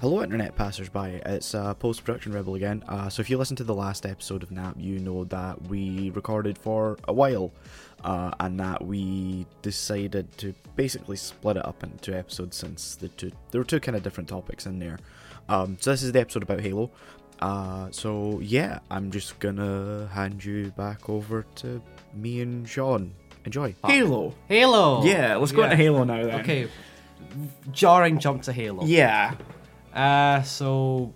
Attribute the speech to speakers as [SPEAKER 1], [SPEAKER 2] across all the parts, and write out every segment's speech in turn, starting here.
[SPEAKER 1] Hello, internet passersby. It's uh, post production rebel again. Uh, so, if you listened to the last episode of NAP, you know that we recorded for a while, uh, and that we decided to basically split it up into two episodes since the two there were two kind of different topics in there. Um, so, this is the episode about Halo. Uh, so yeah, I'm just gonna hand you back over to me and Sean. Enjoy.
[SPEAKER 2] Halo.
[SPEAKER 3] Halo.
[SPEAKER 2] Yeah, let's go into Halo now then.
[SPEAKER 3] Okay. Jarring jump to Halo.
[SPEAKER 2] Yeah.
[SPEAKER 3] Uh, so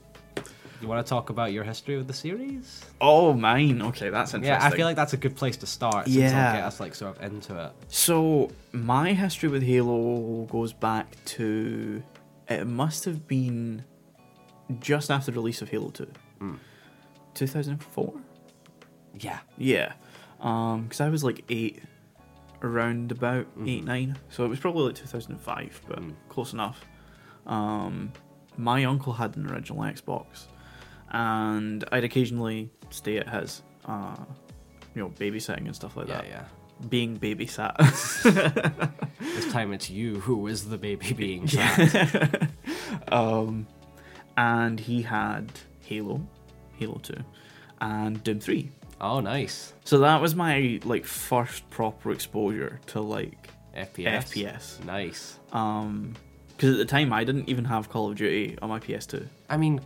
[SPEAKER 3] you want to talk about your history with the series?
[SPEAKER 2] Oh, mine. Okay, that's interesting.
[SPEAKER 3] Yeah, I feel like that's a good place to start. Since
[SPEAKER 2] Yeah.
[SPEAKER 3] I'll get us like sort of into it.
[SPEAKER 2] So, my history with Halo goes back to. It must have been just after the release of Halo 2.
[SPEAKER 3] Hmm.
[SPEAKER 2] 2004?
[SPEAKER 3] Yeah.
[SPEAKER 2] Yeah. Because I was like 8, around about
[SPEAKER 3] Hmm.
[SPEAKER 2] 8, 9. So it was probably like 2005, but close enough. Um, my uncle had an original Xbox, and I'd occasionally stay at his, uh, you know, babysitting and stuff like
[SPEAKER 3] Yeah,
[SPEAKER 2] that.
[SPEAKER 3] yeah.
[SPEAKER 2] Being babysat.
[SPEAKER 3] This time it's you who is the baby being shot.
[SPEAKER 2] Um, and he had Halo, Halo 2, and Doom 3.
[SPEAKER 3] Oh, nice.
[SPEAKER 2] So that was my like first proper exposure to like
[SPEAKER 3] FPS.
[SPEAKER 2] FPS.
[SPEAKER 3] Nice.
[SPEAKER 2] um because at the time I didn't even have Call of Duty on my PS2.
[SPEAKER 3] I mean,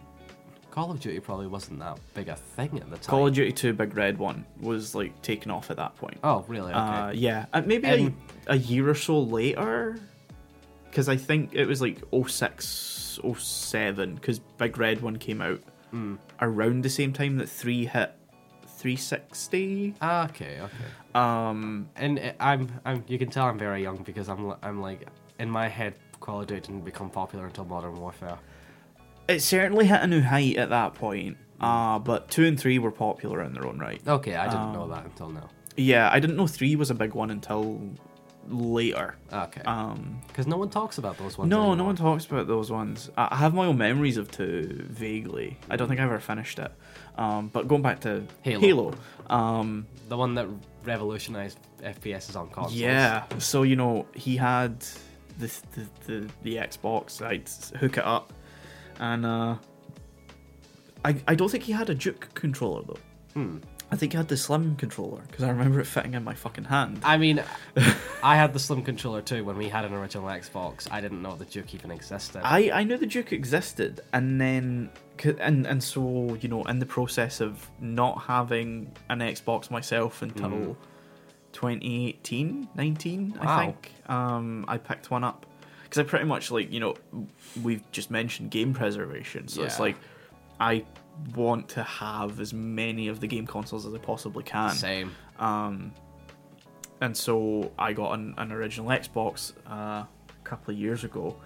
[SPEAKER 3] Call of Duty probably wasn't that big a thing at the time.
[SPEAKER 2] Call of Duty 2 Big Red one was like taken off at that point.
[SPEAKER 3] oh, really? Okay.
[SPEAKER 2] Uh, yeah, uh, maybe
[SPEAKER 3] And-
[SPEAKER 2] a, a year or so later, because I think it was like 06, 07, because Big Red one came out
[SPEAKER 3] Hmm.
[SPEAKER 2] around the same time that three hit 360.
[SPEAKER 3] Ah, Okay, okay. Um, and uh, I'm, I'm, you can tell I'm very young because I'm, li- I'm like, in my head, Call of Duty didn't become popular until Modern Warfare.
[SPEAKER 2] It certainly hit a new height at that point.
[SPEAKER 3] Hmm.
[SPEAKER 2] Uh, but two and three were popular in their own right.
[SPEAKER 3] Okay, I didn't
[SPEAKER 2] Um,
[SPEAKER 3] know that until now.
[SPEAKER 2] Yeah, I didn't know three was a big one until later.
[SPEAKER 3] Okay,
[SPEAKER 2] Um,
[SPEAKER 3] because no one talks about those ones.
[SPEAKER 2] No, no
[SPEAKER 3] anymore.
[SPEAKER 2] one talks about those ones. I I have my own memories of two vaguely. I don't think I ever finished it. Um, but going back to
[SPEAKER 3] Halo.
[SPEAKER 2] Halo um,
[SPEAKER 3] The one that revolutionized FPS is on consoles.
[SPEAKER 2] yeah. So you know he had the the, the, the Xbox. I'd s- hook it up, and uh, I I don't think he had a Duke controller though. I think he had the Slim controller because I remember it fitting in my fucking hand.
[SPEAKER 3] I mean, I had the Slim controller too when we had an original Xbox. I didn't know the Duke even existed.
[SPEAKER 2] I, I knew the Duke existed, and then c- and and so you know in the process of not having an Xbox myself until 2018, 19,
[SPEAKER 3] Mm-hmm. Wow.
[SPEAKER 2] I think. Um, I picked one up because I pretty much like you know we've just mentioned game preservation, so it's
[SPEAKER 3] Yeah.
[SPEAKER 2] like I want to have as many of the game consoles as I possibly can
[SPEAKER 3] Same.
[SPEAKER 2] Um, and so I got an, an original Xbox uh, a couple of years ago,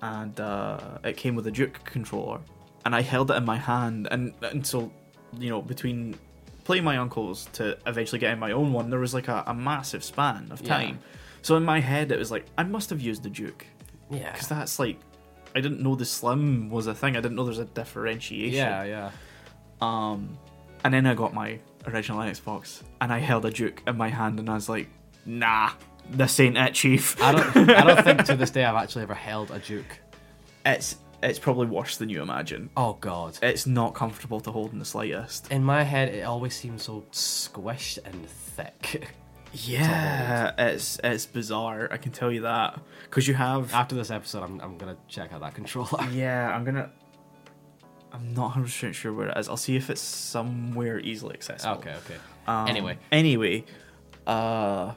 [SPEAKER 2] and uh, it came with a Duke controller, and I held it in my hand, and and so you know between playing my uncle's to eventually getting my own one, there was like a, a massive span of
[SPEAKER 3] Yeah.
[SPEAKER 2] time. So in my head, it was like I must have used the Duke
[SPEAKER 3] Yeah.
[SPEAKER 2] because that's like I didn't know the Slim was a thing. I didn't know there's a differentiation.
[SPEAKER 3] Yeah, yeah.
[SPEAKER 2] Um, and then I got my original Xbox, and I held a Duke in my hand, and I was like, "Nah, this ain't it, Chief."
[SPEAKER 3] I don't, I don't think to this day I've actually ever held a Duke.
[SPEAKER 2] It's it's probably worse than you imagine.
[SPEAKER 3] Oh God.
[SPEAKER 2] It's not comfortable to hold in the slightest.
[SPEAKER 3] In my head, it always seems so squished and thick.
[SPEAKER 2] Yeah, it's it's bizarre. I can tell you that because you have.
[SPEAKER 3] After this episode, I'm, I'm gonna check out that controller.
[SPEAKER 2] Uh, yeah, I'm gonna. I'm not 100 percent sure where it is. I'll see if it's somewhere easily accessible.
[SPEAKER 3] okay, okay.
[SPEAKER 2] Um,
[SPEAKER 3] anyway,
[SPEAKER 2] Anyway, uh,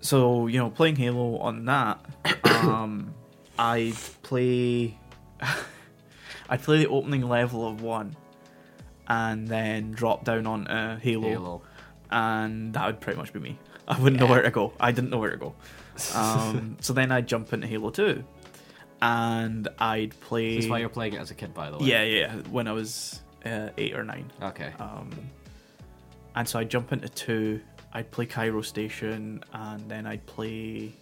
[SPEAKER 2] so you know, playing Halo on that, um, I'd play, I'd play the opening level of one, and then drop down onto Halo,
[SPEAKER 3] Halo.
[SPEAKER 2] and that would pretty much be me. I wouldn't know where to go. I didn't know where to go. Um, so then I'd jump into Halo Two, and I'd play.
[SPEAKER 3] This is why you're playing it as a kid, by the way.
[SPEAKER 2] yeah, Uh. yeah, when I was uh, eight or nine.
[SPEAKER 3] Okay.
[SPEAKER 2] And so I'd jump into two, I'd play Cairo Station, and then I'd play.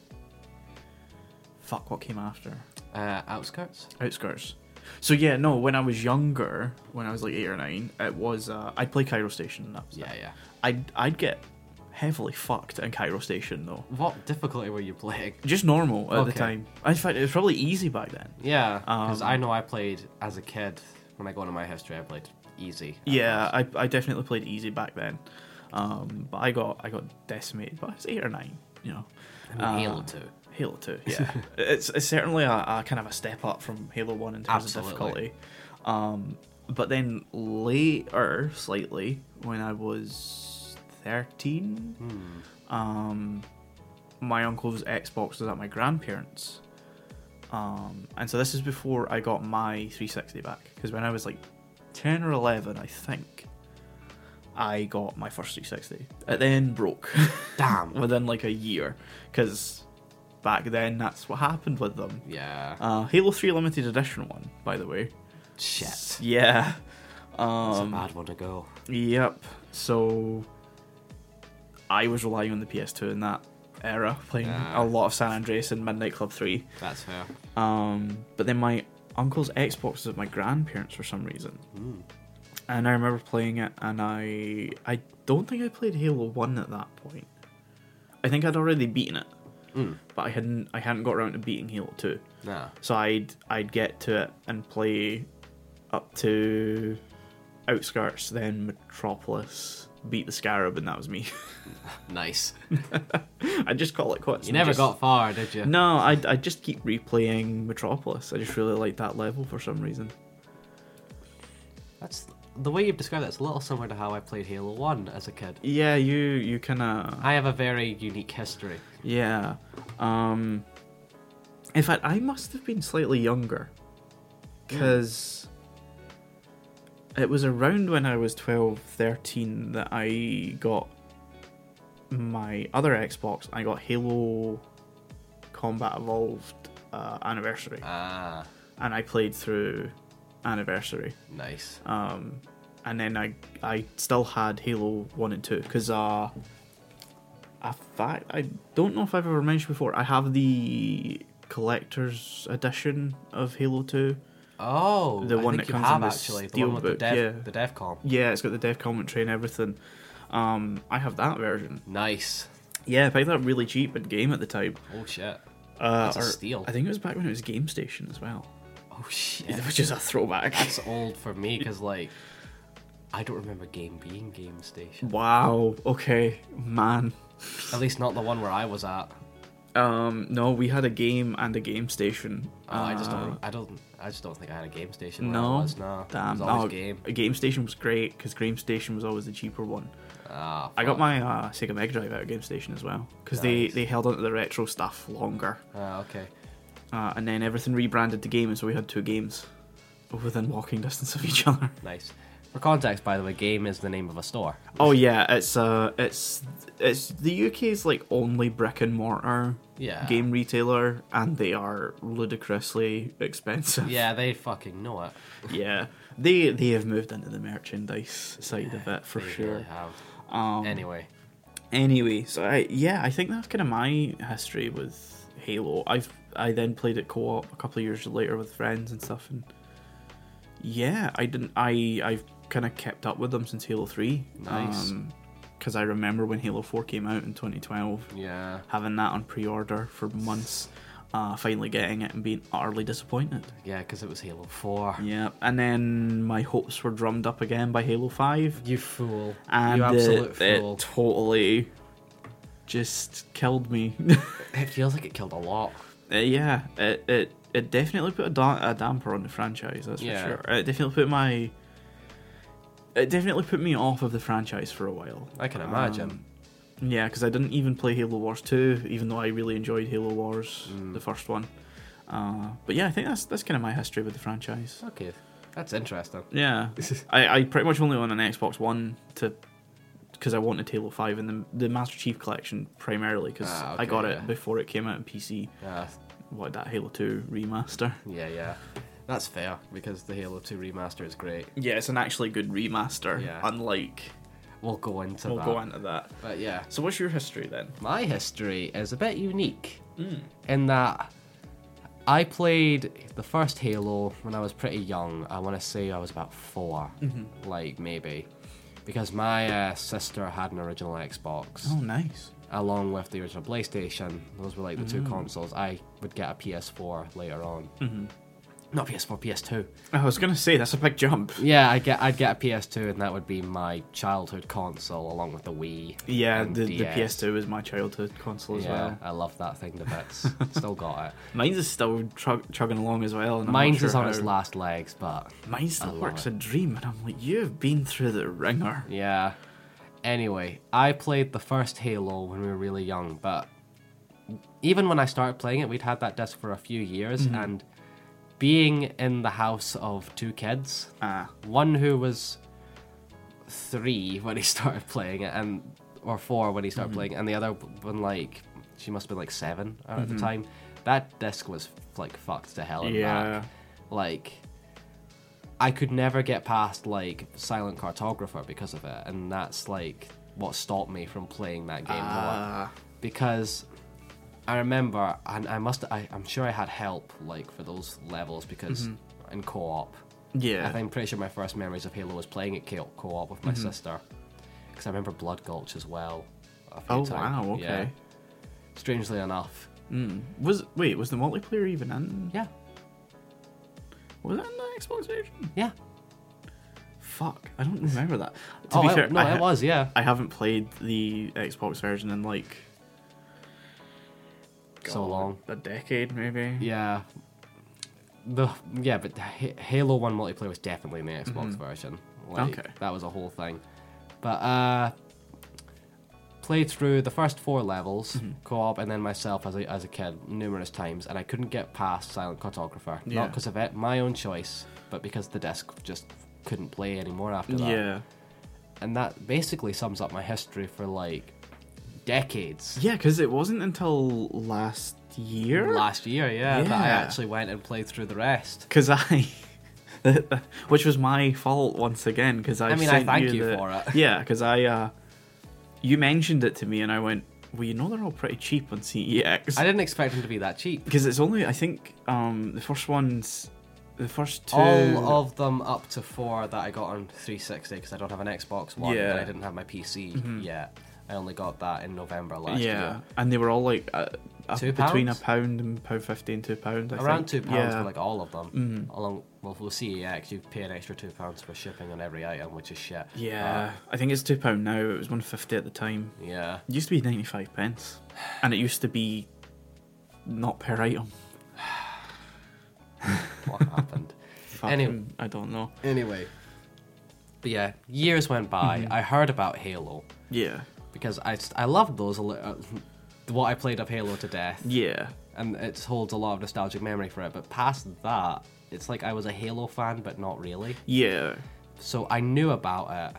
[SPEAKER 2] Fuck, what came after?
[SPEAKER 3] Uh, outskirts.
[SPEAKER 2] Outskirts. So yeah, no, when I was younger, when I was like eight or nine, it was. Uh, I'd play Cairo Station, and that was it.
[SPEAKER 3] Yeah, yeah.
[SPEAKER 2] I'd, I'd get heavily fucked in Cairo Station though.
[SPEAKER 3] What difficulty were you playing?
[SPEAKER 2] Just normal at the
[SPEAKER 3] Okay.
[SPEAKER 2] time. In fact, it was probably easy back then.
[SPEAKER 3] Yeah, because
[SPEAKER 2] Um,
[SPEAKER 3] I know I played as a kid. When I go into my history, I played easy.
[SPEAKER 2] Yeah, I, I definitely played easy back then, um, but I got I got decimated. But it's eight or nine, you know.
[SPEAKER 3] I mean, Halo
[SPEAKER 2] Uh,
[SPEAKER 3] Two.
[SPEAKER 2] Halo Two, yeah, it's, it's certainly a, a kind of a step up from Halo One in terms
[SPEAKER 3] Absolutely.
[SPEAKER 2] of difficulty. Um, but then later, slightly, when I was thirteen, um, my uncle's Xbox was at my grandparents', um, and so this is before I got my 360 back. Because when I was like 10 or 11, I think, I got my first 360. It then broke
[SPEAKER 3] Damn.
[SPEAKER 2] within like a year. Because back then, that's what happened with them.
[SPEAKER 3] Yeah.
[SPEAKER 2] Uh, Halo 3 Limited Edition one, by the way.
[SPEAKER 3] Shit. It's
[SPEAKER 2] Yeah.
[SPEAKER 3] a
[SPEAKER 2] Um,
[SPEAKER 3] bad one to go.
[SPEAKER 2] yep. So I was relying on the PS2 in that era, playing
[SPEAKER 3] Ah.
[SPEAKER 2] a lot of San Andreas and Midnight Club 3.
[SPEAKER 3] That's fair.
[SPEAKER 2] Um, but then my uncle's Xbox was at my grandparents for some reason,
[SPEAKER 3] Mm.
[SPEAKER 2] and I remember playing it. And I I don't think I played Halo One at that point. I think I'd already beaten it,
[SPEAKER 3] Mm.
[SPEAKER 2] but I hadn't I hadn't got around to beating Halo Two.
[SPEAKER 3] Nah.
[SPEAKER 2] So I'd I'd get to it and play up to Outskirts, then Metropolis, beat the Scarab, and that was me.
[SPEAKER 3] Nice.
[SPEAKER 2] I just call it quits.
[SPEAKER 3] You
[SPEAKER 2] and
[SPEAKER 3] never
[SPEAKER 2] just-
[SPEAKER 3] got far, did you?
[SPEAKER 2] No, I I just keep replaying Metropolis. I just really like that level for some reason.
[SPEAKER 3] That's the way you've described that's a little similar to how I played Halo One as a kid.
[SPEAKER 2] Yeah, you you kind of
[SPEAKER 3] I have a very unique history.
[SPEAKER 2] yeah. Um, in fact, I must have been slightly younger because it was around when I was 12, 13 that I got my other Xbox. I got Halo Combat Evolved uh, Anniversary,
[SPEAKER 3] Ah,
[SPEAKER 2] and I played through Anniversary.
[SPEAKER 3] nice.
[SPEAKER 2] um, and then I I still had Halo One and Two because uh, I fact I don't know if I've ever mentioned before I have the collector's edition of Halo Two.
[SPEAKER 3] Oh,
[SPEAKER 2] The
[SPEAKER 3] I
[SPEAKER 2] one that
[SPEAKER 3] think you
[SPEAKER 2] comes in
[SPEAKER 3] have
[SPEAKER 2] the
[SPEAKER 3] actually the one with the
[SPEAKER 2] steelbook,
[SPEAKER 3] dev,
[SPEAKER 2] yeah.
[SPEAKER 3] the DevCom.
[SPEAKER 2] Yeah, it's got the dev commentary and everything. Um, I have that version.
[SPEAKER 3] Nice.
[SPEAKER 2] Yeah, I picked that up really cheap in game at the time.
[SPEAKER 3] Oh shit.
[SPEAKER 2] Uh,
[SPEAKER 3] That's a
[SPEAKER 2] or-
[SPEAKER 3] steal.
[SPEAKER 2] I think it was back when it was GameStation as well,
[SPEAKER 3] Oh shit.
[SPEAKER 2] which is a throwback.
[SPEAKER 3] That's old for me because like, I don't remember game being Game Station.
[SPEAKER 2] wow. Okay, man.
[SPEAKER 3] At least not the one where I was at.
[SPEAKER 2] Um, no, we had a game and a game station.
[SPEAKER 3] Oh, I just
[SPEAKER 2] Uh,
[SPEAKER 3] don't. I don't. I just don't think I had a Game Station. Where
[SPEAKER 2] No?
[SPEAKER 3] I was, no. it
[SPEAKER 2] Damn,
[SPEAKER 3] was always
[SPEAKER 2] no,
[SPEAKER 3] game.
[SPEAKER 2] a Game Station was great because Game Station was always the cheaper one.
[SPEAKER 3] Ah,
[SPEAKER 2] I got
[SPEAKER 3] fuck.
[SPEAKER 2] my uh, Sega Mega Drive out of Game Station as well because
[SPEAKER 3] Nice.
[SPEAKER 2] they, they held onto the retro stuff longer,
[SPEAKER 3] Ah, okay.
[SPEAKER 2] uh, and then everything rebranded to Game, and so we had two games within walking distance of each other.
[SPEAKER 3] Nice. For context, by the way, game is the name of a store.
[SPEAKER 2] oh yeah, it's uh, it's it's the UK's like only brick and mortar
[SPEAKER 3] Yeah.
[SPEAKER 2] game retailer, and they are ludicrously expensive.
[SPEAKER 3] Yeah, they fucking know it.
[SPEAKER 2] yeah. They, they have moved into the merchandise side of it for
[SPEAKER 3] They
[SPEAKER 2] sure.
[SPEAKER 3] really have.
[SPEAKER 2] Um,
[SPEAKER 3] Anyway,
[SPEAKER 2] anyway, so I yeah, I think that's kind of my history with Halo. I've I then played it co-op a couple of years later with friends and stuff, and yeah, I didn't. I I've kind of kept up with them since Halo Three.
[SPEAKER 3] Nice.
[SPEAKER 2] Because I remember when Halo Four came out in 2012,
[SPEAKER 3] yeah.
[SPEAKER 2] having that on pre-order for months, uh, finally getting it and being utterly disappointed.
[SPEAKER 3] Yeah, because it was Halo 4.
[SPEAKER 2] Yeah, and then my hopes were drummed up again by Halo Five.
[SPEAKER 3] You fool.
[SPEAKER 2] and uh,
[SPEAKER 3] you absolute
[SPEAKER 2] it, it
[SPEAKER 3] fool.
[SPEAKER 2] totally just killed me.
[SPEAKER 3] It, feels like it killed a lot.
[SPEAKER 2] Uh, yeah, it, it it definitely put a, da- a damper on the franchise. That's
[SPEAKER 3] Yeah.
[SPEAKER 2] for sure. It definitely put my it definitely put me off of the franchise for a while.
[SPEAKER 3] I can imagine.
[SPEAKER 2] Um, yeah, because I didn't even play Halo Wars two, even though I really enjoyed Halo Wars,
[SPEAKER 3] Mm.
[SPEAKER 2] the first one. Uh, but yeah, I think that's that's kind of my history with the franchise.
[SPEAKER 3] okay, that's interesting.
[SPEAKER 2] Yeah, I, I pretty much only own an Xbox One to because I wanted Halo Five and the the Master Chief Collection primarily because
[SPEAKER 3] Ah, okay,
[SPEAKER 2] I got
[SPEAKER 3] yeah.
[SPEAKER 2] it before it came out on PC.
[SPEAKER 3] Yeah,
[SPEAKER 2] What that Halo Two remaster?
[SPEAKER 3] yeah, yeah. That's fair because the Halo 2 remaster is great.
[SPEAKER 2] Yeah, it's an actually good remaster.
[SPEAKER 3] Yeah.
[SPEAKER 2] Unlike
[SPEAKER 3] We'll go into
[SPEAKER 2] we'll
[SPEAKER 3] that.
[SPEAKER 2] go into that.
[SPEAKER 3] But yeah,
[SPEAKER 2] So what's your history then?
[SPEAKER 3] my history is a bit unique
[SPEAKER 2] Mm.
[SPEAKER 3] in that I played the first
[SPEAKER 2] Mm-hmm.
[SPEAKER 3] Halo when I was pretty young. I want to say I was about 4 like maybe. because my uh, sister had an original Xbox
[SPEAKER 2] Oh, nice.
[SPEAKER 3] along with the original PlayStation. Those were like the two
[SPEAKER 2] Mm.
[SPEAKER 3] consoles. I would get a PS4 later on. Mm-hmm. Not PS4, PS2.
[SPEAKER 2] I was gonna say that's a big jump.
[SPEAKER 3] Yeah, I get I'd get a PS2, and that would be my childhood console along with the Wii.
[SPEAKER 2] Yeah,
[SPEAKER 3] and
[SPEAKER 2] the, the
[SPEAKER 3] DS.
[SPEAKER 2] PS2 was my childhood console as
[SPEAKER 3] yeah,
[SPEAKER 2] well.
[SPEAKER 3] I love that thing to bits. Still got it.
[SPEAKER 2] Mine's is still chug- chugging along as well. And I'm not
[SPEAKER 3] Mine's
[SPEAKER 2] sure
[SPEAKER 3] is on
[SPEAKER 2] how.
[SPEAKER 3] its last legs, but
[SPEAKER 2] Mine
[SPEAKER 3] I
[SPEAKER 2] still
[SPEAKER 3] love
[SPEAKER 2] works
[SPEAKER 3] it.
[SPEAKER 2] a dream, and I'm like, you've been through the ringer.
[SPEAKER 3] Yeah. Anyway, I played the first Halo when we were really young, but even when I started playing it, we'd had that disc for a few
[SPEAKER 2] Mm-hmm.
[SPEAKER 3] years, and being in the house of two kids,
[SPEAKER 2] Ah,
[SPEAKER 3] one who was three when he started playing it, and or four when he started
[SPEAKER 2] Mm-hmm.
[SPEAKER 3] playing, it, and the other one like she must have been like seven at
[SPEAKER 2] Mm-hmm.
[SPEAKER 3] the time. That disc was like fucked to hell and
[SPEAKER 2] Yeah.
[SPEAKER 3] back. Like I could never get past like Silent Cartographer because of it, and that's like what stopped me from playing that game more.
[SPEAKER 2] Ah.
[SPEAKER 3] Because I remember, and I must, I, I'm sure I had help like for those levels because in co-op.
[SPEAKER 2] Mm-hmm. yeah. Mm-hmm.
[SPEAKER 3] I think I'm pretty sure my first memories of Halo was playing at co- co-op with my sister, because I remember Blood Gulch as well. a few
[SPEAKER 2] oh
[SPEAKER 3] times.
[SPEAKER 2] wow.
[SPEAKER 3] Yeah.
[SPEAKER 2] Okay.
[SPEAKER 3] Strangely enough,
[SPEAKER 2] Mm. Was wait was the multiplayer even in?
[SPEAKER 3] yeah,
[SPEAKER 2] Was it in the Xbox version?
[SPEAKER 3] yeah.
[SPEAKER 2] Fuck, I don't remember that. To
[SPEAKER 3] oh,
[SPEAKER 2] be
[SPEAKER 3] I-
[SPEAKER 2] fair,
[SPEAKER 3] no,
[SPEAKER 2] I,
[SPEAKER 3] it was yeah.
[SPEAKER 2] I haven't played the Xbox version in like
[SPEAKER 3] So long.
[SPEAKER 2] a decade maybe.
[SPEAKER 3] Yeah. The yeah, but the Ha- Halo One multiplayer was definitely in the Xbox version. Like,
[SPEAKER 2] Mm-hmm. Okay.
[SPEAKER 3] that was a whole thing. But uh, played through the first four levels,
[SPEAKER 2] Mm-hmm.
[SPEAKER 3] co-op, and then myself as a as a kid numerous times, and I couldn't get past Silent Cartographer.
[SPEAKER 2] Yeah.
[SPEAKER 3] Not because of it, my own choice, but because the disc just couldn't play anymore after that.
[SPEAKER 2] Yeah.
[SPEAKER 3] And that basically sums up my history for like decades.
[SPEAKER 2] Yeah, because it wasn't until last year.
[SPEAKER 3] Last year, yeah, that I
[SPEAKER 2] Yeah.
[SPEAKER 3] actually went and played through the rest.
[SPEAKER 2] Because I. Which was my fault once again, because I.
[SPEAKER 3] I mean, I
[SPEAKER 2] sent
[SPEAKER 3] thank you
[SPEAKER 2] the-
[SPEAKER 3] for it.
[SPEAKER 2] Yeah, because I. Uh, you mentioned it to me, and I went, well, you know, they're all pretty cheap on CEX.
[SPEAKER 3] I didn't expect them to be that cheap.
[SPEAKER 2] Because it's only, I think, um, the first one's. The first two.
[SPEAKER 3] All of them up to four that I got on 360 because I don't have an Xbox One and
[SPEAKER 2] Yeah. Mm-hmm.
[SPEAKER 3] I didn't have my PC yet. I only got that in November last
[SPEAKER 2] yeah,
[SPEAKER 3] year.
[SPEAKER 2] and they were all like uh, up
[SPEAKER 3] Two
[SPEAKER 2] between a
[SPEAKER 3] pounds?
[SPEAKER 2] pound and pound fifty and two pound. I
[SPEAKER 3] Around two
[SPEAKER 2] think.
[SPEAKER 3] pounds
[SPEAKER 2] yeah. Mm-hmm.
[SPEAKER 3] for like all of them. Along well for CEX, you pay an extra two pounds for shipping on every item, which is shit. uh,
[SPEAKER 2] Yeah, I think it's two pound now. It was one fifty at the time.
[SPEAKER 3] But, yeah.
[SPEAKER 2] It used to be ninety five pence, and it used to be not per item.
[SPEAKER 3] What happened?
[SPEAKER 2] Fucking-
[SPEAKER 3] Anyway.
[SPEAKER 2] I don't know.
[SPEAKER 3] Anyway. But yeah, years went by.
[SPEAKER 2] Mm-hmm.
[SPEAKER 3] I heard about Halo
[SPEAKER 2] Yeah,
[SPEAKER 3] because I, I loved those a li- uh, what I played of Halo to death.
[SPEAKER 2] yeah,
[SPEAKER 3] and it holds a lot of nostalgic memory for it. But past that, it's like I was a Halo fan, but not really.
[SPEAKER 2] yeah,
[SPEAKER 3] So I knew about it.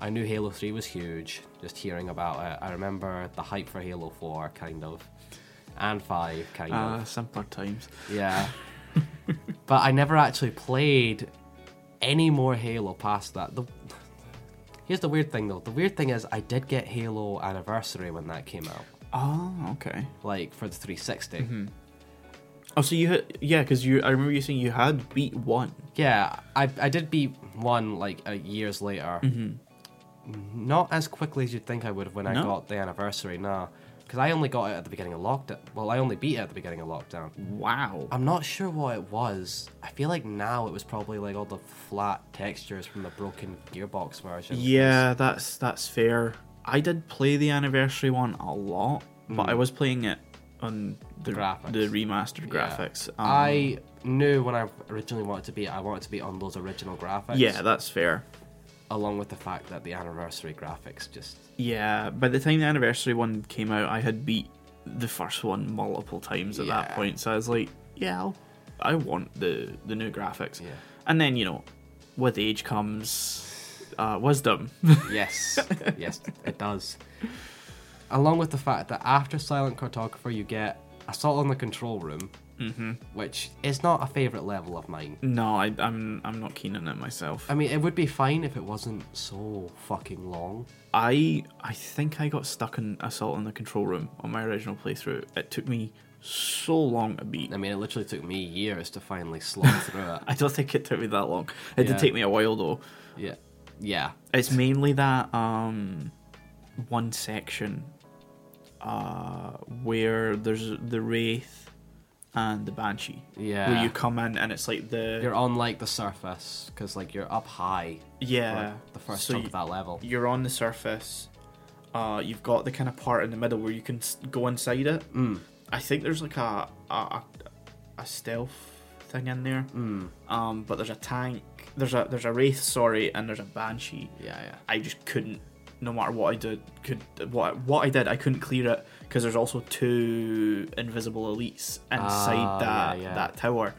[SPEAKER 3] I knew Halo 3 was huge, just hearing about it. I remember the hype for Halo 4, kind of, and 5, kind
[SPEAKER 2] uh,
[SPEAKER 3] of.
[SPEAKER 2] simpler times.
[SPEAKER 3] Yeah. but I never actually played any more Halo past that. The, here's the weird thing, though. The weird thing is, I did get Halo Anniversary when that came out,
[SPEAKER 2] Oh, okay.
[SPEAKER 3] like for the 360.
[SPEAKER 2] Oh, so you had yeah, because you I remember you saying you had beat one.
[SPEAKER 3] Yeah, I I did beat one like uh, years later. Not as quickly as you'd think I would have when I
[SPEAKER 2] Mm-hmm. No?
[SPEAKER 3] got the anniversary, nah. Because I only got it at the beginning of lockdown. Well, I only beat it at the beginning of lockdown.
[SPEAKER 2] Mm. Wow.
[SPEAKER 3] I'm not sure what it was. I feel like now it was probably like all the flat textures from the broken gearbox version.
[SPEAKER 2] Yeah, that's that's fair. I did play the anniversary one a lot, but I was playing it on the
[SPEAKER 3] Graphics.
[SPEAKER 2] the remastered
[SPEAKER 3] Yeah.
[SPEAKER 2] graphics. Um,
[SPEAKER 3] I knew when I originally wanted to beat it, I wanted to beat on those original graphics.
[SPEAKER 2] Um, yeah, that's fair.
[SPEAKER 3] along with the fact that the anniversary graphics just.
[SPEAKER 2] Yeah, by the time the anniversary one came out, I had beat the first one multiple times at that
[SPEAKER 3] Yeah.
[SPEAKER 2] point. So I was like, yeah, I'll, I want the the new graphics.
[SPEAKER 3] Yeah.
[SPEAKER 2] And then you know, with age comes uh, wisdom.
[SPEAKER 3] Yes, yes, it does. Along with the fact that after Silent Cartographer, you get Assault on the Control Room,
[SPEAKER 2] Mm-hmm.
[SPEAKER 3] which is not a favourite level of mine.
[SPEAKER 2] no, I, I'm I'm not keen on it myself.
[SPEAKER 3] I mean, it would be fine if it wasn't so fucking long.
[SPEAKER 2] I I think I got stuck in Assault in the Control Room on my original playthrough. It took me so long to beat.
[SPEAKER 3] I mean, it literally took me years to finally slog through it.
[SPEAKER 2] I don't think it took me that long. It
[SPEAKER 3] Yeah.
[SPEAKER 2] did take me a while though.
[SPEAKER 3] Yeah. yeah.
[SPEAKER 2] It's mainly that um, one section uh, where there's the wraith and the banshee.
[SPEAKER 3] Yeah.
[SPEAKER 2] Where you come in and it's like the
[SPEAKER 3] You're on like the surface because like you're up high. for
[SPEAKER 2] yeah
[SPEAKER 3] the first
[SPEAKER 2] so
[SPEAKER 3] chunk
[SPEAKER 2] you-
[SPEAKER 3] of that level.
[SPEAKER 2] you're on the surface. Uh, you've got the kind of part in the middle where you can s- go inside it. Mm. I think there's like a a, a, a stealth thing in there.
[SPEAKER 3] Hmm.
[SPEAKER 2] Um, but there's a tank. There's a there's a wraith. Sorry, and there's a banshee.
[SPEAKER 3] Yeah, yeah.
[SPEAKER 2] I just couldn't. No matter what I did, could what what I did, I couldn't clear it because there's also two invisible elites inside
[SPEAKER 3] Ah,
[SPEAKER 2] that
[SPEAKER 3] yeah, yeah.
[SPEAKER 2] that tower,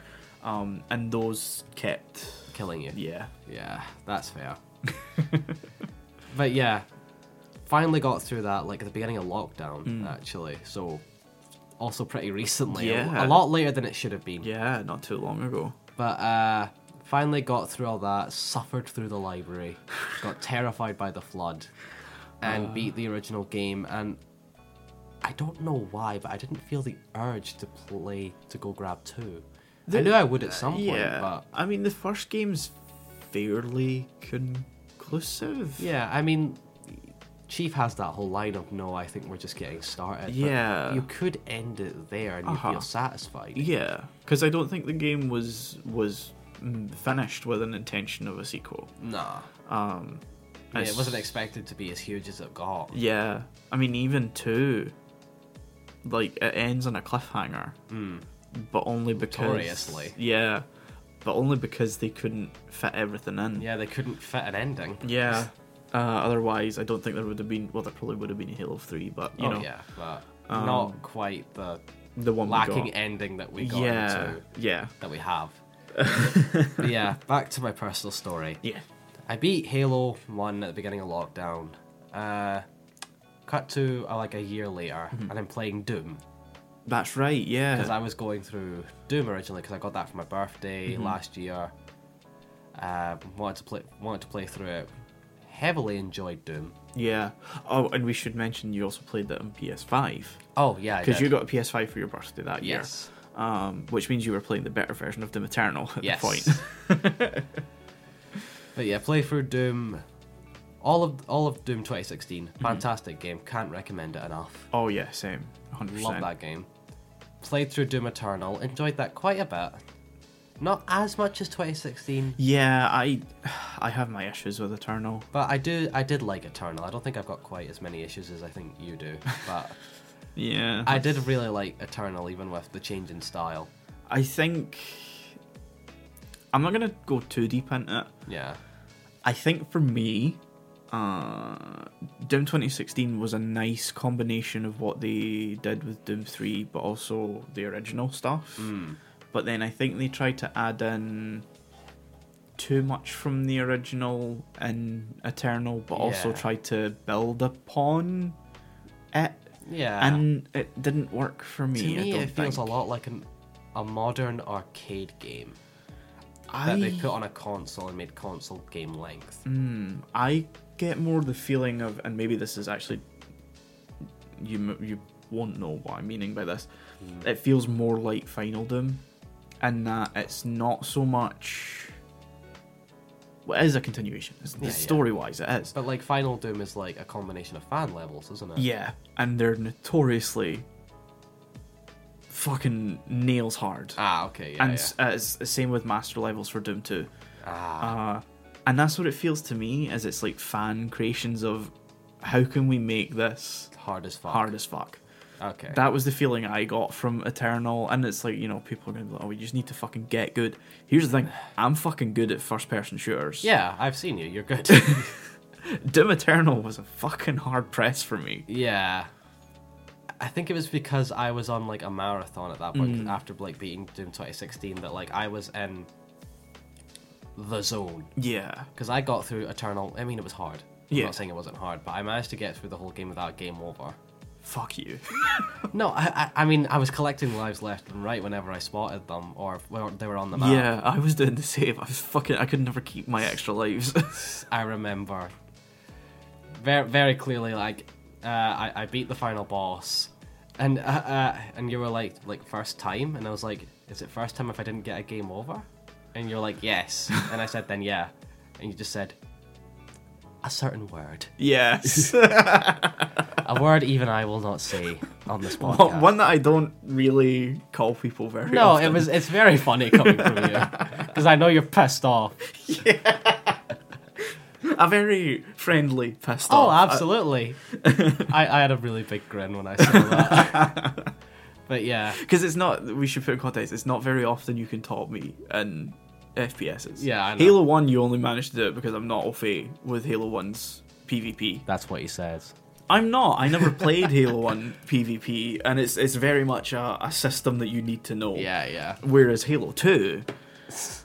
[SPEAKER 2] um, and those kept
[SPEAKER 3] Killing you.
[SPEAKER 2] yeah
[SPEAKER 3] Yeah, that's fair. but yeah, finally got through that like at the beginning of lockdown
[SPEAKER 2] Hmm.
[SPEAKER 3] actually. So also pretty recently. a-
[SPEAKER 2] Yeah.
[SPEAKER 3] A lot later than it should have been.
[SPEAKER 2] yeah not too long ago.
[SPEAKER 3] But uh finally got through all that, suffered through the library, got terrified by the flood and
[SPEAKER 2] Uh.
[SPEAKER 3] beat the original game and I don't know why, but I didn't feel the urge to play to go grab 2. I knew I would at some point, but
[SPEAKER 2] I mean the first game's fairly conclusive.
[SPEAKER 3] Yeah, I mean, Chief has that whole line of no, I think we're just getting started. but
[SPEAKER 2] Yeah.
[SPEAKER 3] you could end it there and you
[SPEAKER 2] Uh-huh.
[SPEAKER 3] feel satisfied.
[SPEAKER 2] yeah, because I don't think the game was was mm, finished with an intention of a sequel.
[SPEAKER 3] Nah.
[SPEAKER 2] Um,
[SPEAKER 3] Yeah, it
[SPEAKER 2] it's-
[SPEAKER 3] wasn't expected to be as huge as it got.
[SPEAKER 2] Yeah, I mean even two, like it ends on a cliffhanger, but only because
[SPEAKER 3] Hmm. Notoriously.
[SPEAKER 2] Yeah, but only because they couldn't fit everything in.
[SPEAKER 3] Yeah, they couldn't fit an ending.
[SPEAKER 2] Yeah. Uh, otherwise, I don't think there would have been. Well, there probably would have been Halo Three, but you
[SPEAKER 3] oh,
[SPEAKER 2] know,
[SPEAKER 3] yeah, but
[SPEAKER 2] um,
[SPEAKER 3] not quite the
[SPEAKER 2] the one we
[SPEAKER 3] lacking
[SPEAKER 2] got.
[SPEAKER 3] ending that we got
[SPEAKER 2] yeah,
[SPEAKER 3] into,
[SPEAKER 2] yeah,
[SPEAKER 3] that we have. But yeah, back to my personal story.
[SPEAKER 2] yeah.
[SPEAKER 3] I beat Halo 1 at the beginning of lockdown. Uh, cut to uh, like a year later,
[SPEAKER 2] Mm-hmm.
[SPEAKER 3] and I'm playing Doom.
[SPEAKER 2] That's right.
[SPEAKER 3] because
[SPEAKER 2] Yeah.
[SPEAKER 3] I was going through Doom originally because I got that for my birthday
[SPEAKER 2] Mm-hmm.
[SPEAKER 3] last year. Uh, wanted to play, wanted to play through it. Heavily enjoyed Doom.
[SPEAKER 2] yeah. Oh, and we should mention you also played that on PS5
[SPEAKER 3] Oh yeah, I
[SPEAKER 2] because
[SPEAKER 3] did.
[SPEAKER 2] you got a PS5 for your birthday that year.
[SPEAKER 3] yes,
[SPEAKER 2] Um, which means you were playing the better version of the maternal at
[SPEAKER 3] yes.
[SPEAKER 2] the point.
[SPEAKER 3] but yeah, play through Doom. All of all of Doom 2016,
[SPEAKER 2] Mm-hmm.
[SPEAKER 3] fantastic game. Can't recommend it enough.
[SPEAKER 2] Oh yeah, same. 100%.
[SPEAKER 3] Love that game. Played through Doom Eternal, enjoyed that quite a bit. Not as much as 2016,
[SPEAKER 2] Yeah, I, I have my issues with Eternal.
[SPEAKER 3] but I do I did like Eternal. I don't think I've got quite as many issues as I think you do, but.
[SPEAKER 2] Yeah.
[SPEAKER 3] I did really like Eternal, even with the change in style.
[SPEAKER 2] I think. I'm not gonna go too deep into it.
[SPEAKER 3] Yeah.
[SPEAKER 2] I think for me, uh, Doom 2016 was a nice combination of what they did with Doom 3, but also the original stuff.
[SPEAKER 3] Mm. Hmm.
[SPEAKER 2] But then I think they tried to add in too much from the original and Eternal, but also
[SPEAKER 3] Yeah.
[SPEAKER 2] tried to build upon it,
[SPEAKER 3] Yeah.
[SPEAKER 2] and it didn't work for me.
[SPEAKER 3] Um, to me,
[SPEAKER 2] I don't
[SPEAKER 3] it feels
[SPEAKER 2] think.
[SPEAKER 3] a lot like an, a modern arcade game that they
[SPEAKER 2] I-
[SPEAKER 3] put on a console and made console game length.
[SPEAKER 2] Mm, I get more the feeling of, and maybe this is actually, you m- you won't know what I'm meaning by this.
[SPEAKER 3] Hmm.
[SPEAKER 2] It feels more like Final Doom, in that it's not so much. Well, it is a continuation. It's,
[SPEAKER 3] Yeah, yeah.
[SPEAKER 2] story wise, it is.
[SPEAKER 3] But like Final Doom is like a combination of fan levels, isn't it?
[SPEAKER 2] Yeah, and they're notoriously fucking nails hard.
[SPEAKER 3] Ah, okay. Yeah.
[SPEAKER 2] and
[SPEAKER 3] yeah.
[SPEAKER 2] s uh, it's the same with master levels for Doom 2.
[SPEAKER 3] Ah,
[SPEAKER 2] Uh, and that's what it feels to me as it's like fan creations of how can we make this
[SPEAKER 3] hard as fuck.
[SPEAKER 2] hard as fuck.
[SPEAKER 3] Okay.
[SPEAKER 2] That was the feeling I got from Eternal, and it's like you know people are gonna be like, oh, we just need to fucking get good. Here's the thing, I'm fucking good at first person shooters.
[SPEAKER 3] yeah, I've seen you. You're good.
[SPEAKER 2] Doom Eternal was a fucking hard press for me.
[SPEAKER 3] yeah. I think it was because I was on like a marathon at that point
[SPEAKER 2] Mm.
[SPEAKER 3] 'cause after like beating Doom 2016 that like I was in the zone.
[SPEAKER 2] Yeah,
[SPEAKER 3] because I got through Eternal. I mean, it was hard. I'm
[SPEAKER 2] Yeah.
[SPEAKER 3] not saying it wasn't hard, but I managed to get through the whole game without a game over.
[SPEAKER 2] fuck you.
[SPEAKER 3] No, I, I, I mean, I was collecting lives left and right whenever I spotted them or if- well, they were on the map.
[SPEAKER 2] yeah, I was doing the same. I was fucking. I could never keep my extra lives.
[SPEAKER 3] I remember very, very clearly. Like, uh, I, I beat the final boss, and uh, uh, and you were like, like first time, and I was like, is it first time if I didn't get a game over? And you're like, yes, and I said then yeah, and you just said, a certain word,
[SPEAKER 2] Yes.
[SPEAKER 3] a word even I will not say on this podcast.
[SPEAKER 2] One that I don't really call people very
[SPEAKER 3] no,
[SPEAKER 2] often.
[SPEAKER 3] it was it's very funny coming from you because I know you're pissed off.
[SPEAKER 2] a very friendly pissed
[SPEAKER 3] Oh,
[SPEAKER 2] off. Uh,
[SPEAKER 3] absolutely. I, I had a really big grin when I saw that. but yeah,
[SPEAKER 2] Because it's not, we should put in context, it's not very often you can top me in FPSs.
[SPEAKER 3] Yeah, I know.
[SPEAKER 2] Halo 1, you only managed to do it because I'm not au fait with Halo 1's PvP.
[SPEAKER 3] that's what he says.
[SPEAKER 2] I'm not. I never played Halo 1 PvP, and it's it's very much a, a system that you need to know.
[SPEAKER 3] Yeah, yeah.
[SPEAKER 2] Whereas Halo 2,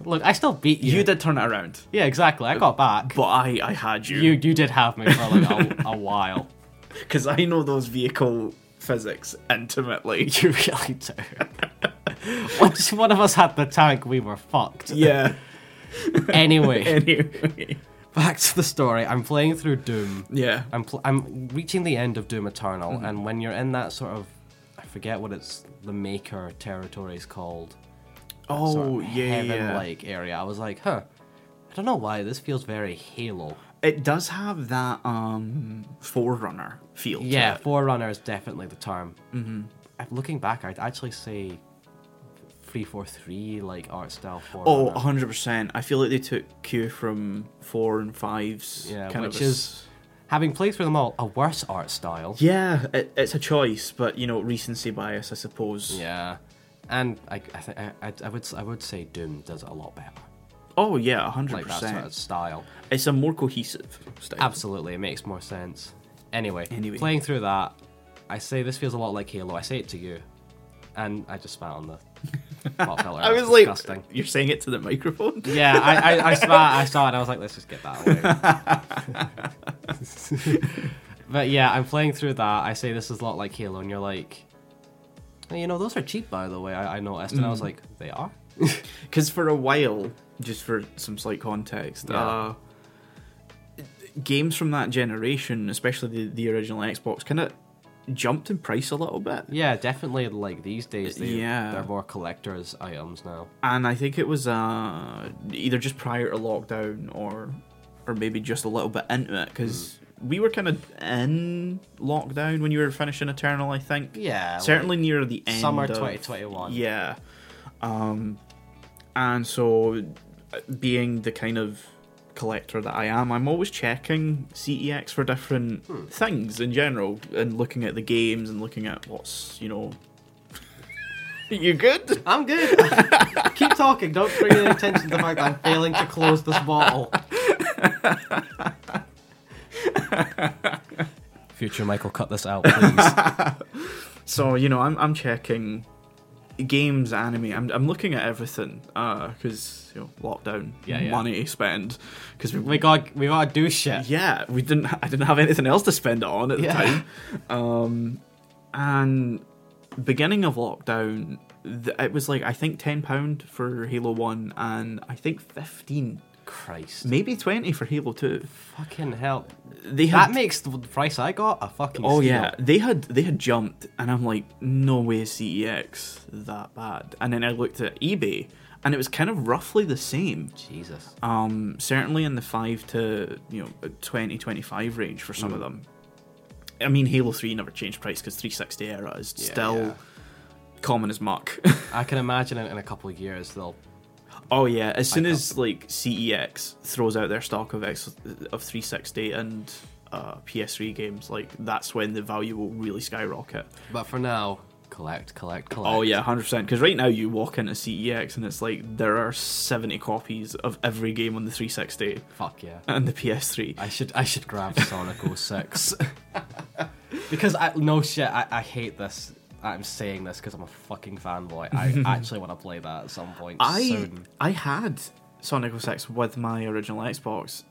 [SPEAKER 3] Look, I still beat you.
[SPEAKER 2] you did turn it around,
[SPEAKER 3] Yeah, exactly. I got back.
[SPEAKER 2] but I, I had
[SPEAKER 3] You you did have me for like a, a while.
[SPEAKER 2] because I know those vehicle physics intimately.
[SPEAKER 3] You really do. Once one of us had the tank, we were fucked.
[SPEAKER 2] yeah.
[SPEAKER 3] Anyway,
[SPEAKER 2] Anyway.
[SPEAKER 3] back to the story. I'm playing through Doom.
[SPEAKER 2] Yeah.
[SPEAKER 3] I'm pl- I'm reaching the end of Doom Eternal,
[SPEAKER 2] Mm-hmm.
[SPEAKER 3] and when you're in that sort of, I forget what it's the Maker territory is called.
[SPEAKER 2] Oh
[SPEAKER 3] sort of
[SPEAKER 2] yeah. yeah.
[SPEAKER 3] heaven-like area. I was like, huh. I don't know why this feels very Halo.
[SPEAKER 2] It does have that um forerunner feel. to
[SPEAKER 3] Yeah,
[SPEAKER 2] it.
[SPEAKER 3] Forerunner is definitely the term. Mm-hmm. I'm looking back. I'd actually say three four three like art style
[SPEAKER 2] Oh,
[SPEAKER 3] Forerunner.
[SPEAKER 2] 100 percent. I feel like they took cue from four and fives.
[SPEAKER 3] Yeah,
[SPEAKER 2] kind
[SPEAKER 3] which
[SPEAKER 2] of a s-
[SPEAKER 3] having played through them all, a worse art style.
[SPEAKER 2] Yeah, it, it's a choice, but you know recency bias, I suppose.
[SPEAKER 3] Yeah, and I I, think I I I would s- I would say Doom does it a lot better.
[SPEAKER 2] Oh yeah, 100.
[SPEAKER 3] Like that sort of
[SPEAKER 2] percent
[SPEAKER 3] style.
[SPEAKER 2] It's a more cohesive style.
[SPEAKER 3] Absolutely, it makes more sense. Anyway,
[SPEAKER 2] Anyway.
[SPEAKER 3] playing through that, I say this feels a lot like Halo. I say it to you, and I just spat on the bot filler.
[SPEAKER 2] I
[SPEAKER 3] It's
[SPEAKER 2] was like,
[SPEAKER 3] disgusting.
[SPEAKER 2] you're saying it to the microphone.
[SPEAKER 3] Yeah, I, I, I spat, I saw it, and I was like, let's just get that away. but yeah, I'm playing through that. I say this is a lot like Halo, and you're like, "Hey, you know, those are cheap, by the way. I, I noticed, and I was like, they are.
[SPEAKER 2] Because for a while, just for some slight context,
[SPEAKER 3] Yeah.
[SPEAKER 2] uh, games from that generation, especially the, the original Xbox, kind of jumped in price a little bit.
[SPEAKER 3] Yeah, definitely. Like these days, they,
[SPEAKER 2] Yeah.
[SPEAKER 3] they're more collectors' items now.
[SPEAKER 2] And I think it was uh, either just prior to lockdown or or maybe just a little bit into it because we were kind of in lockdown when you were finishing Eternal, I think.
[SPEAKER 3] Yeah,
[SPEAKER 2] Certainly near the end.
[SPEAKER 3] summer
[SPEAKER 2] of-
[SPEAKER 3] 2021.
[SPEAKER 2] Yeah. Um, and so, uh, being the kind of collector that I am, I'm always checking CEX for different
[SPEAKER 3] Hmm.
[SPEAKER 2] things in general and looking at the games and looking at what's, you know. you good?
[SPEAKER 3] I'm good. Keep talking. Don't bring any attention to the fact that I'm failing to close this bottle. Future Michael, cut this out, please.
[SPEAKER 2] So, you know, I'm, I'm checking games, anime, I'm, I'm looking at everything because, you know, lockdown,
[SPEAKER 3] Yeah, yeah.
[SPEAKER 2] money spend. Because we,
[SPEAKER 3] we got we gotta do shit.
[SPEAKER 2] yeah, we didn't. I didn't have anything else to spend it on at
[SPEAKER 3] Yeah.
[SPEAKER 2] the time. Um, and beginning of lockdown, th- it was like I think ten pound for Halo One, and I think fifteen,
[SPEAKER 3] Christ.
[SPEAKER 2] maybe twenty for Halo Two.
[SPEAKER 3] Fucking hell.
[SPEAKER 2] They had
[SPEAKER 3] That makes the price I got a fucking
[SPEAKER 2] Oh
[SPEAKER 3] steal.
[SPEAKER 2] yeah, they had they had jumped, and I'm like, no way, is CEX that bad. And then I looked at eBay, and it was kind of roughly the same.
[SPEAKER 3] Jesus.
[SPEAKER 2] um, certainly in the 5 to you know 20 25 range for
[SPEAKER 3] Mm.
[SPEAKER 2] some of them i mean halo 3 never changed price because 360 era is
[SPEAKER 3] Yeah,
[SPEAKER 2] still
[SPEAKER 3] yeah.
[SPEAKER 2] common as muck
[SPEAKER 3] I can imagine in, in a couple of years they'll
[SPEAKER 2] oh yeah as soon
[SPEAKER 3] I
[SPEAKER 2] as like cex throws out their stock of X, of 360 and uh, ps3 games like that's when the value will really skyrocket
[SPEAKER 3] but for now, collect, collect, collect.
[SPEAKER 2] oh yeah 100% because right now you walk into cex E and it's like there are 70 copies of every game on the 360
[SPEAKER 3] Fuck yeah.
[SPEAKER 2] and the ps3
[SPEAKER 3] I should I should grab Sonic 06. because I no shit, I, I hate this. I'm saying this because I'm a fucking fanboy. I actually want to play that at some point
[SPEAKER 2] I
[SPEAKER 3] soon.
[SPEAKER 2] I had Sonic 06 with my original Xbox,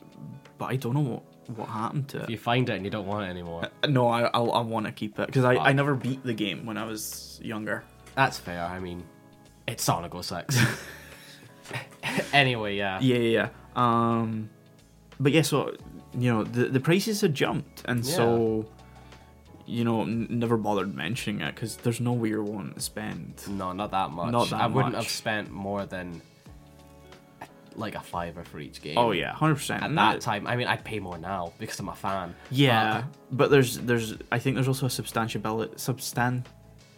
[SPEAKER 2] but I don't know what, what happened to
[SPEAKER 3] If
[SPEAKER 2] it.
[SPEAKER 3] you find it and you don't want it anymore,
[SPEAKER 2] No, I I'll, I want to keep it because I, I
[SPEAKER 3] Fuck.
[SPEAKER 2] never beat the game when I was younger.
[SPEAKER 3] that's fair. I mean, it's Sonic 06. anyway, yeah.
[SPEAKER 2] Yeah, yeah, yeah. Um, but yeah, so you know the the prices had jumped, and so you know n- never bothered mentioning it because there's no way you're wanting to spend.
[SPEAKER 3] No, not that much.
[SPEAKER 2] Not that
[SPEAKER 3] I wouldn't
[SPEAKER 2] much.
[SPEAKER 3] have spent more than like a fiver for each game.
[SPEAKER 2] Oh yeah, hundred percent.
[SPEAKER 3] At that time, I mean, I'd pay more now because I'm a fan.
[SPEAKER 2] yeah, Uh, but there's there's I think there's also a substantiability substan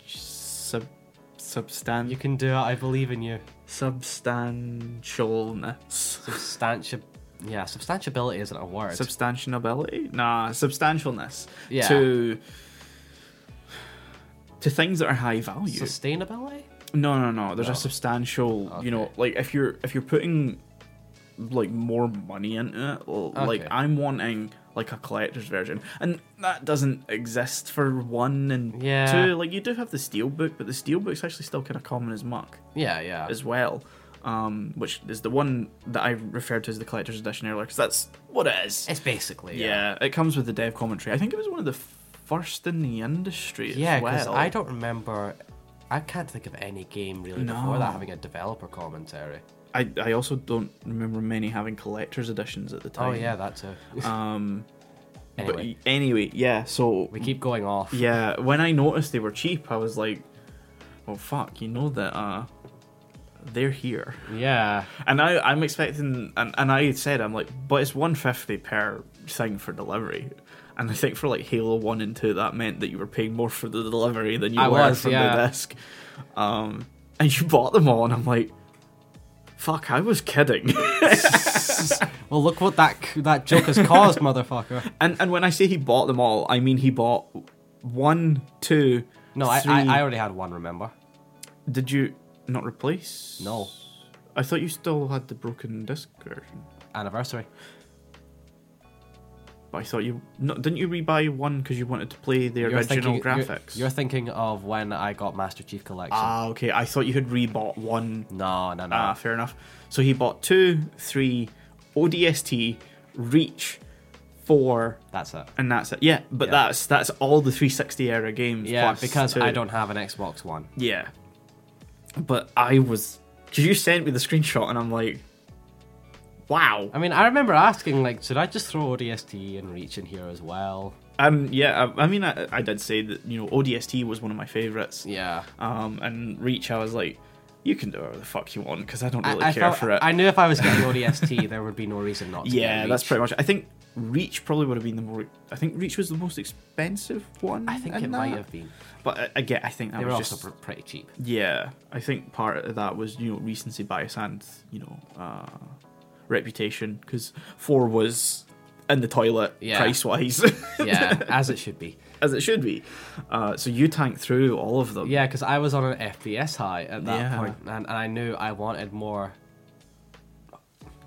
[SPEAKER 2] sub
[SPEAKER 3] but
[SPEAKER 2] substan
[SPEAKER 3] you can do it. I believe in you.
[SPEAKER 2] substantialness
[SPEAKER 3] Substantia, yeah, substantiability isn't a word.
[SPEAKER 2] substantialability nah substantialness
[SPEAKER 3] Yeah.
[SPEAKER 2] to to things that are high value.
[SPEAKER 3] Sustainability.
[SPEAKER 2] No, no, no. There's
[SPEAKER 3] No.
[SPEAKER 2] a substantial, you know,
[SPEAKER 3] Okay.
[SPEAKER 2] like if you're if you're putting like more money into it, well, like
[SPEAKER 3] Okay.
[SPEAKER 2] I'm wanting like a collector's version, and that doesn't exist for one and
[SPEAKER 3] Yeah.
[SPEAKER 2] two. Like you do have the steelbook, but the steelbook's actually still kind of common as muck
[SPEAKER 3] Yeah, yeah.
[SPEAKER 2] as well, um, which is the one that I referred to as the collector's edition earlier, because that's what it is.
[SPEAKER 3] It's basically yeah.
[SPEAKER 2] yeah. it comes with the dev commentary. I think it was one of the first in the industry. as
[SPEAKER 3] Yeah, because
[SPEAKER 2] well.
[SPEAKER 3] I don't remember. I can't think of any game really before
[SPEAKER 2] No.
[SPEAKER 3] that having a developer commentary.
[SPEAKER 2] I, I also don't remember many having collector's editions at the
[SPEAKER 3] Oh
[SPEAKER 2] time.
[SPEAKER 3] yeah, that too.
[SPEAKER 2] Um,
[SPEAKER 3] anyway,
[SPEAKER 2] But y- anyway, yeah. So
[SPEAKER 3] we keep going off.
[SPEAKER 2] yeah, when I noticed they were cheap, I was like, "Oh fuck!" You know that uh, they're here,
[SPEAKER 3] Yeah.
[SPEAKER 2] and I I'm expecting, and, and I said I'm like, but it's one fifty per thing for delivery. And I think for like Halo One and Two, that meant that you were paying more for the delivery than you
[SPEAKER 3] I
[SPEAKER 2] were
[SPEAKER 3] was,
[SPEAKER 2] from the
[SPEAKER 3] yeah.
[SPEAKER 2] disc. Um, and you bought them all, and I'm like, "Fuck, I was kidding."
[SPEAKER 3] Well, look what that c- that joke has caused, motherfucker.
[SPEAKER 2] And and when I say he bought them all, I mean he bought one, two,
[SPEAKER 3] No, I,
[SPEAKER 2] three.
[SPEAKER 3] I I already had one. Remember?
[SPEAKER 2] did you not replace?
[SPEAKER 3] No,
[SPEAKER 2] I thought you still had the broken disc version.
[SPEAKER 3] anniversary.
[SPEAKER 2] But I thought you no, didn't you rebuy one because you wanted to play the
[SPEAKER 3] You're
[SPEAKER 2] original
[SPEAKER 3] thinking- you're-
[SPEAKER 2] graphics.
[SPEAKER 3] You're, thinking of when I got Master Chief Collection.
[SPEAKER 2] ah, okay. I thought you had rebought one.
[SPEAKER 3] no, no, no.
[SPEAKER 2] Ah, fair enough. So he bought two, three, ODST, Reach, four,
[SPEAKER 3] That's it.
[SPEAKER 2] and that's it. Yeah, but
[SPEAKER 3] Yeah.
[SPEAKER 2] that's that's all the 360 era games.
[SPEAKER 3] Yeah,
[SPEAKER 2] plus
[SPEAKER 3] because
[SPEAKER 2] two.
[SPEAKER 3] I don't have an Xbox One.
[SPEAKER 2] Yeah. But I was because you sent me the screenshot and I'm like, wow.
[SPEAKER 3] I mean, I remember asking, like, should I just throw ODST and Reach in here as well?
[SPEAKER 2] Um, yeah. I, I mean, I, I did say that you know ODST was one of my favorites.
[SPEAKER 3] Yeah.
[SPEAKER 2] Um, and Reach, I was like, you can do whatever the fuck you want because I don't really
[SPEAKER 3] I, I,
[SPEAKER 2] care
[SPEAKER 3] felt-
[SPEAKER 2] for it.
[SPEAKER 3] I knew if I was getting ODST, there would be no reason not to.
[SPEAKER 2] yeah,
[SPEAKER 3] get
[SPEAKER 2] that's
[SPEAKER 3] Reach.
[SPEAKER 2] pretty much. I think Reach probably would have been the more. I think Reach was the most expensive one.
[SPEAKER 3] I think
[SPEAKER 2] in
[SPEAKER 3] it might
[SPEAKER 2] that.
[SPEAKER 3] have been.
[SPEAKER 2] But I- again, I think that
[SPEAKER 3] They were
[SPEAKER 2] was
[SPEAKER 3] also
[SPEAKER 2] just
[SPEAKER 3] pr- pretty cheap.
[SPEAKER 2] Yeah, I think part of that was you know recency bias and you know uh, reputation because four was in the toilet
[SPEAKER 3] Yeah.
[SPEAKER 2] price wise
[SPEAKER 3] Yeah, as it should be.
[SPEAKER 2] as it should be. Uh, so you tanked through all of them.
[SPEAKER 3] Yeah, because I was on an FPS high at that
[SPEAKER 2] Yeah.
[SPEAKER 3] point, and, and I knew I wanted more,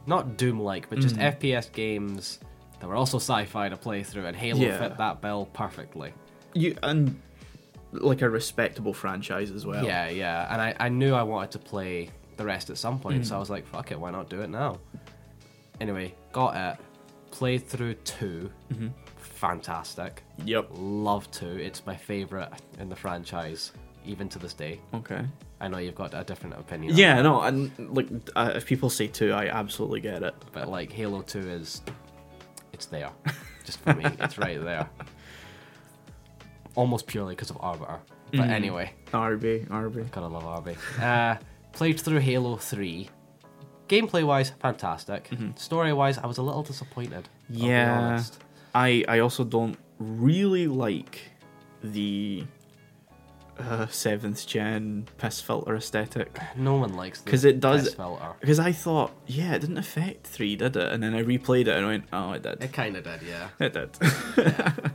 [SPEAKER 3] not Doom like, but
[SPEAKER 2] Mm.
[SPEAKER 3] just FPS games that were also sci fi to play through, and Halo
[SPEAKER 2] Yeah.
[SPEAKER 3] fit that bill perfectly.
[SPEAKER 2] you and like a respectable franchise as well.
[SPEAKER 3] Yeah, yeah. And I, I knew I wanted to play the rest at some point,
[SPEAKER 2] Mm.
[SPEAKER 3] so I was like, fuck it, why not do it now? Anyway, got it. Played through 2
[SPEAKER 2] Mm-hmm.
[SPEAKER 3] Fantastic.
[SPEAKER 2] Yep.
[SPEAKER 3] Love two. It's my favorite in the franchise, even to this day.
[SPEAKER 2] Okay.
[SPEAKER 3] I know you've got a different opinion. on it,
[SPEAKER 2] Yeah, no, and like uh, if people say two, I absolutely get it.
[SPEAKER 3] but like Halo Two is, it's there, just for me. it's right there. Almost purely because of Arbiter. But
[SPEAKER 2] Mm.
[SPEAKER 3] anyway,
[SPEAKER 2] RB, RB.
[SPEAKER 3] gotta love Arby. Uh, played through Halo Three. Gameplay wise, fantastic. Story wise, I was a little disappointed. I'll be
[SPEAKER 2] Mm-hmm. Yeah.
[SPEAKER 3] honest.
[SPEAKER 2] I I also don't really like the uh, seventh gen piss filter aesthetic
[SPEAKER 3] No one likes the
[SPEAKER 2] 'Cause it does-
[SPEAKER 3] test filter.
[SPEAKER 2] because I thought, yeah, it didn't affect three, did it? And then I replayed it and went, oh, it did.
[SPEAKER 3] It kind of did, yeah.
[SPEAKER 2] It did.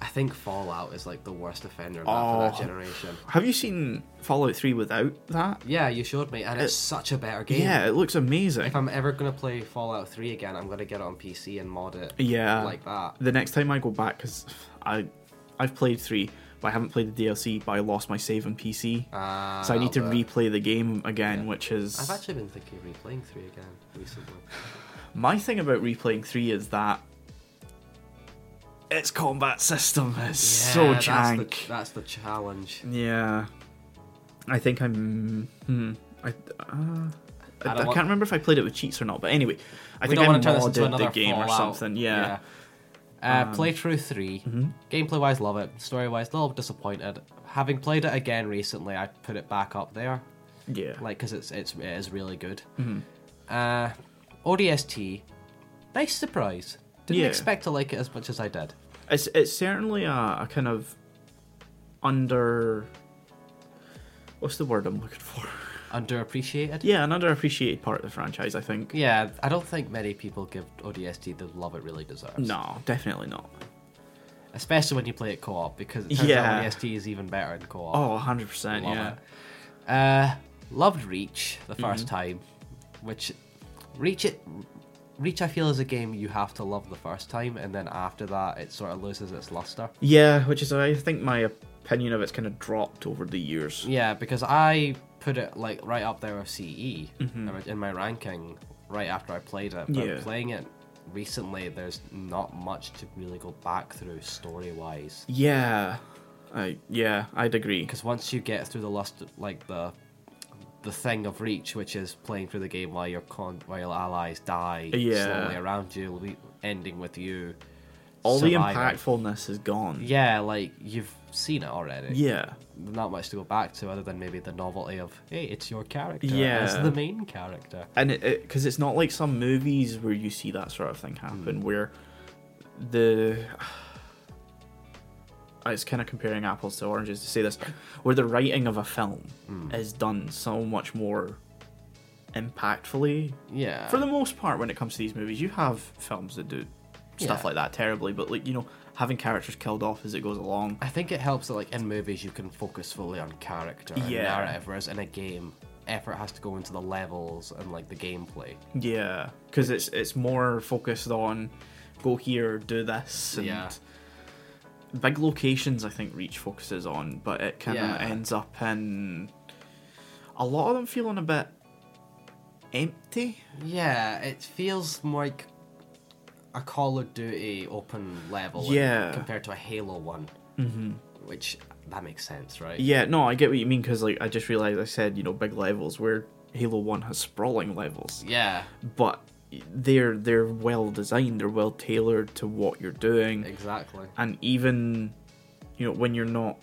[SPEAKER 3] I think Fallout is like the worst offender of that for
[SPEAKER 2] Oh.
[SPEAKER 3] that generation.
[SPEAKER 2] Have you seen Fallout Three without that?
[SPEAKER 3] Yeah, you showed me, and it's such a better game.
[SPEAKER 2] Yeah, it looks amazing.
[SPEAKER 3] If I'm ever gonna play Fallout 3 again, I'm gonna get it on PC and mod it.
[SPEAKER 2] yeah,
[SPEAKER 3] Like that.
[SPEAKER 2] The next time I go back, because I I've played three, but I haven't played the DLC. But I lost my save on PC,
[SPEAKER 3] Ah,
[SPEAKER 2] so I need to
[SPEAKER 3] but-
[SPEAKER 2] replay the game again, which is
[SPEAKER 3] I've actually been thinking of replaying 3 again recently.
[SPEAKER 2] My thing about replaying three is that its combat system is so
[SPEAKER 3] Yeah,
[SPEAKER 2] jank.
[SPEAKER 3] That's the, that's the challenge.
[SPEAKER 2] Yeah, I think I'm. Hmm, I, uh, I,
[SPEAKER 3] I
[SPEAKER 2] I
[SPEAKER 3] don't
[SPEAKER 2] can't
[SPEAKER 3] want-
[SPEAKER 2] remember if I played it with cheats or not, but anyway, I
[SPEAKER 3] we
[SPEAKER 2] think
[SPEAKER 3] don't
[SPEAKER 2] I
[SPEAKER 3] want to turn this into
[SPEAKER 2] modded
[SPEAKER 3] another
[SPEAKER 2] the game or
[SPEAKER 3] Fallout.
[SPEAKER 2] something. Yeah. Um, mm-hmm.
[SPEAKER 3] Yeah. Uh, playthrough 3. Gameplay wise, love it. Story wise, a little disappointed. Having played it again recently, I put it back up there.
[SPEAKER 2] yeah, Mm-hmm.
[SPEAKER 3] like because it's it's it is really good. Uh, ODST, nice surprise. Didn't
[SPEAKER 2] Yeah.
[SPEAKER 3] expect to like it as much as I did.
[SPEAKER 2] It's it's certainly a, a kind of under. What's the word I'm looking for?
[SPEAKER 3] Underappreciated.
[SPEAKER 2] Yeah, an underappreciated part of the franchise, I think.
[SPEAKER 3] Yeah, I don't think many people give ODST the love it really deserves.
[SPEAKER 2] No, definitely not.
[SPEAKER 3] Especially when you play it co op, because it turns
[SPEAKER 2] Yeah.
[SPEAKER 3] out ODST is even better in co op.
[SPEAKER 2] Oh, 100%.
[SPEAKER 3] Love
[SPEAKER 2] yeah. Mm-hmm.
[SPEAKER 3] it. Uh, loved Reach the 1st time, which Reach it. Reach, I feel, is a game you have to love the first time, and then after that, it sort of loses its luster.
[SPEAKER 2] Yeah, which is, I think, my opinion of it's kind of dropped over the years.
[SPEAKER 3] Yeah, because I put it like right up there with CE or in my ranking right after I played it. But
[SPEAKER 2] Mm-hmm. Yeah.
[SPEAKER 3] playing it recently, there's not much to really go back through story wise.
[SPEAKER 2] Yeah. I, yeah, I'd agree.
[SPEAKER 3] Because once you get through the lust, like the the thing of reach, which is playing through the game while your con while your allies die
[SPEAKER 2] Yeah.
[SPEAKER 3] slowly around you, le- ending with you.
[SPEAKER 2] All the
[SPEAKER 3] surviving.
[SPEAKER 2] impactfulness is gone.
[SPEAKER 3] Yeah, like you've seen it already.
[SPEAKER 2] Yeah.
[SPEAKER 3] Not much to go back to other than maybe the novelty of hey, it's your character
[SPEAKER 2] Yeah.
[SPEAKER 3] as the main character.
[SPEAKER 2] and it because it's not like some movies where you see that sort of thing happen where the I was kind of comparing apples to oranges to say this where the writing of a film is done so much more impactfully
[SPEAKER 3] Yeah.
[SPEAKER 2] for the most part when it comes to these movies you have films that do stuff
[SPEAKER 3] Yeah.
[SPEAKER 2] like that terribly but like you know having characters killed off as it goes along
[SPEAKER 3] I think it helps that like in movies you can focus fully on character and
[SPEAKER 2] Yeah.
[SPEAKER 3] narrative, whereas in a game, effort has to go into the levels and like the gameplay.
[SPEAKER 2] yeah because it's it's more focused on go here do this and
[SPEAKER 3] Yeah.
[SPEAKER 2] big locations I think Reach focuses on, but it kind of
[SPEAKER 3] Yeah.
[SPEAKER 2] ends up in a lot of them feeling a bit empty.
[SPEAKER 3] Yeah, it feels more like a Call of Duty open level in-
[SPEAKER 2] Yeah.
[SPEAKER 3] compared to a Halo one. Mm-hmm. Which that makes sense, right?
[SPEAKER 2] Yeah, no, I get what you mean because like I just realized I said you know big levels where Halo One has sprawling levels,
[SPEAKER 3] Yeah,
[SPEAKER 2] but they're they're well designed, they're well tailored to what you're doing,
[SPEAKER 3] exactly.
[SPEAKER 2] and even you know when you're not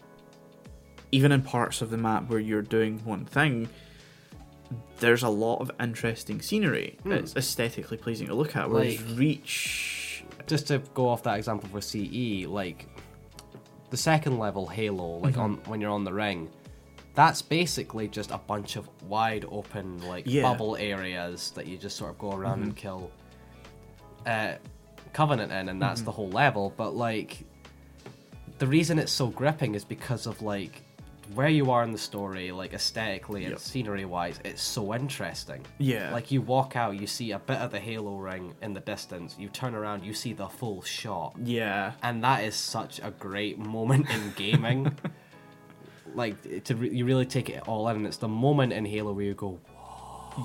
[SPEAKER 2] even in parts of the map where you're doing one thing there's a lot of interesting scenery it's aesthetically pleasing to look at whereas
[SPEAKER 3] Hmm. Like-
[SPEAKER 2] reach
[SPEAKER 3] Just to go off that example for CE, like the second level Halo, like on when you're on the ring, that's basically just a bunch of wide open like
[SPEAKER 2] Yeah.
[SPEAKER 3] bubble areas that you just sort of go around and kill uh, Covenant in, and that's
[SPEAKER 2] Mm-hmm.
[SPEAKER 3] the whole level. But like the reason it's so gripping is because of like where you are in the story, like aesthetically and
[SPEAKER 2] Yep.
[SPEAKER 3] scenery wise, it's so interesting.
[SPEAKER 2] Yeah.
[SPEAKER 3] Like you walk out, you see a bit of the Halo ring in the distance, you turn around, you see the full shot.
[SPEAKER 2] yeah
[SPEAKER 3] And that is such a great moment in gaming. like to re- you really take it all in, and it's the moment in Halo where you go,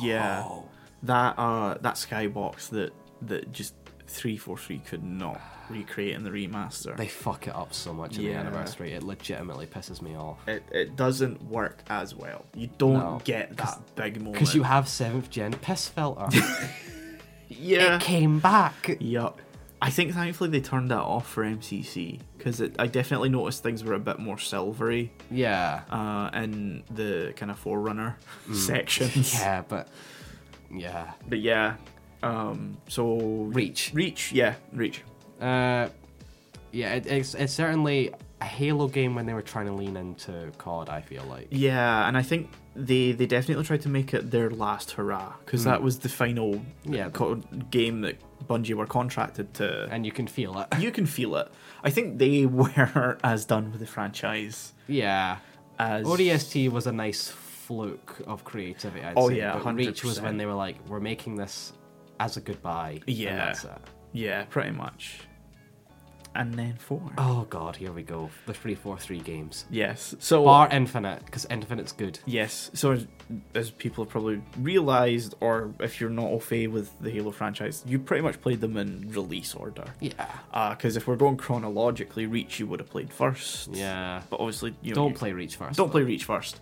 [SPEAKER 2] yeah
[SPEAKER 3] "Wow,
[SPEAKER 2] that uh that skybox that that just 343 could not recreate in the remaster
[SPEAKER 3] they fuck it up so much in
[SPEAKER 2] Yeah.
[SPEAKER 3] the anniversary. It legitimately pisses me off."
[SPEAKER 2] it, it doesn't work as well you don't
[SPEAKER 3] No,
[SPEAKER 2] get that big moment
[SPEAKER 3] Because you have seventh gen piss filter.
[SPEAKER 2] yeah
[SPEAKER 3] It came back.
[SPEAKER 2] Yup. I think thankfully they turned that off for MCC because I definitely noticed things were a bit more silvery
[SPEAKER 3] Yeah.
[SPEAKER 2] uh, in the kind of forerunner sections.
[SPEAKER 3] Mm. Yeah, but yeah.
[SPEAKER 2] But yeah, um, so
[SPEAKER 3] Reach.
[SPEAKER 2] reach, yeah, reach.
[SPEAKER 3] Uh, yeah, it, it's it's certainly a Halo game when they were trying to lean into COD. I feel like.
[SPEAKER 2] Yeah, and I think they they definitely tried to make it their last hurrah because that was the final
[SPEAKER 3] Mm. Yeah.
[SPEAKER 2] co- game that Bungie were contracted to.
[SPEAKER 3] And you can feel it.
[SPEAKER 2] you can feel it. I think they were as done with the franchise
[SPEAKER 3] Yeah.
[SPEAKER 2] as
[SPEAKER 3] ODST was a nice fluke of creativity. I'd
[SPEAKER 2] Oh,
[SPEAKER 3] say,
[SPEAKER 2] yeah,
[SPEAKER 3] but Reach was
[SPEAKER 2] 100%.
[SPEAKER 3] when they were like, "We're making this as a goodbye." and
[SPEAKER 2] Yeah.
[SPEAKER 3] that's it.
[SPEAKER 2] Yeah, pretty much. And then four.
[SPEAKER 3] Oh God, here we go. The three four three games.
[SPEAKER 2] Yes. So
[SPEAKER 3] Bar Infinite, because Infinite's good.
[SPEAKER 2] yes. So as, as people have probably realized, or if you're not au fait with the Halo franchise, you pretty much played them in release order.
[SPEAKER 3] Yeah.
[SPEAKER 2] Because if we're going chronologically, Reach you would have played first.
[SPEAKER 3] Yeah.
[SPEAKER 2] But obviously, you know,
[SPEAKER 3] Don't
[SPEAKER 2] you-
[SPEAKER 3] play Reach first.
[SPEAKER 2] Don't play Reach first,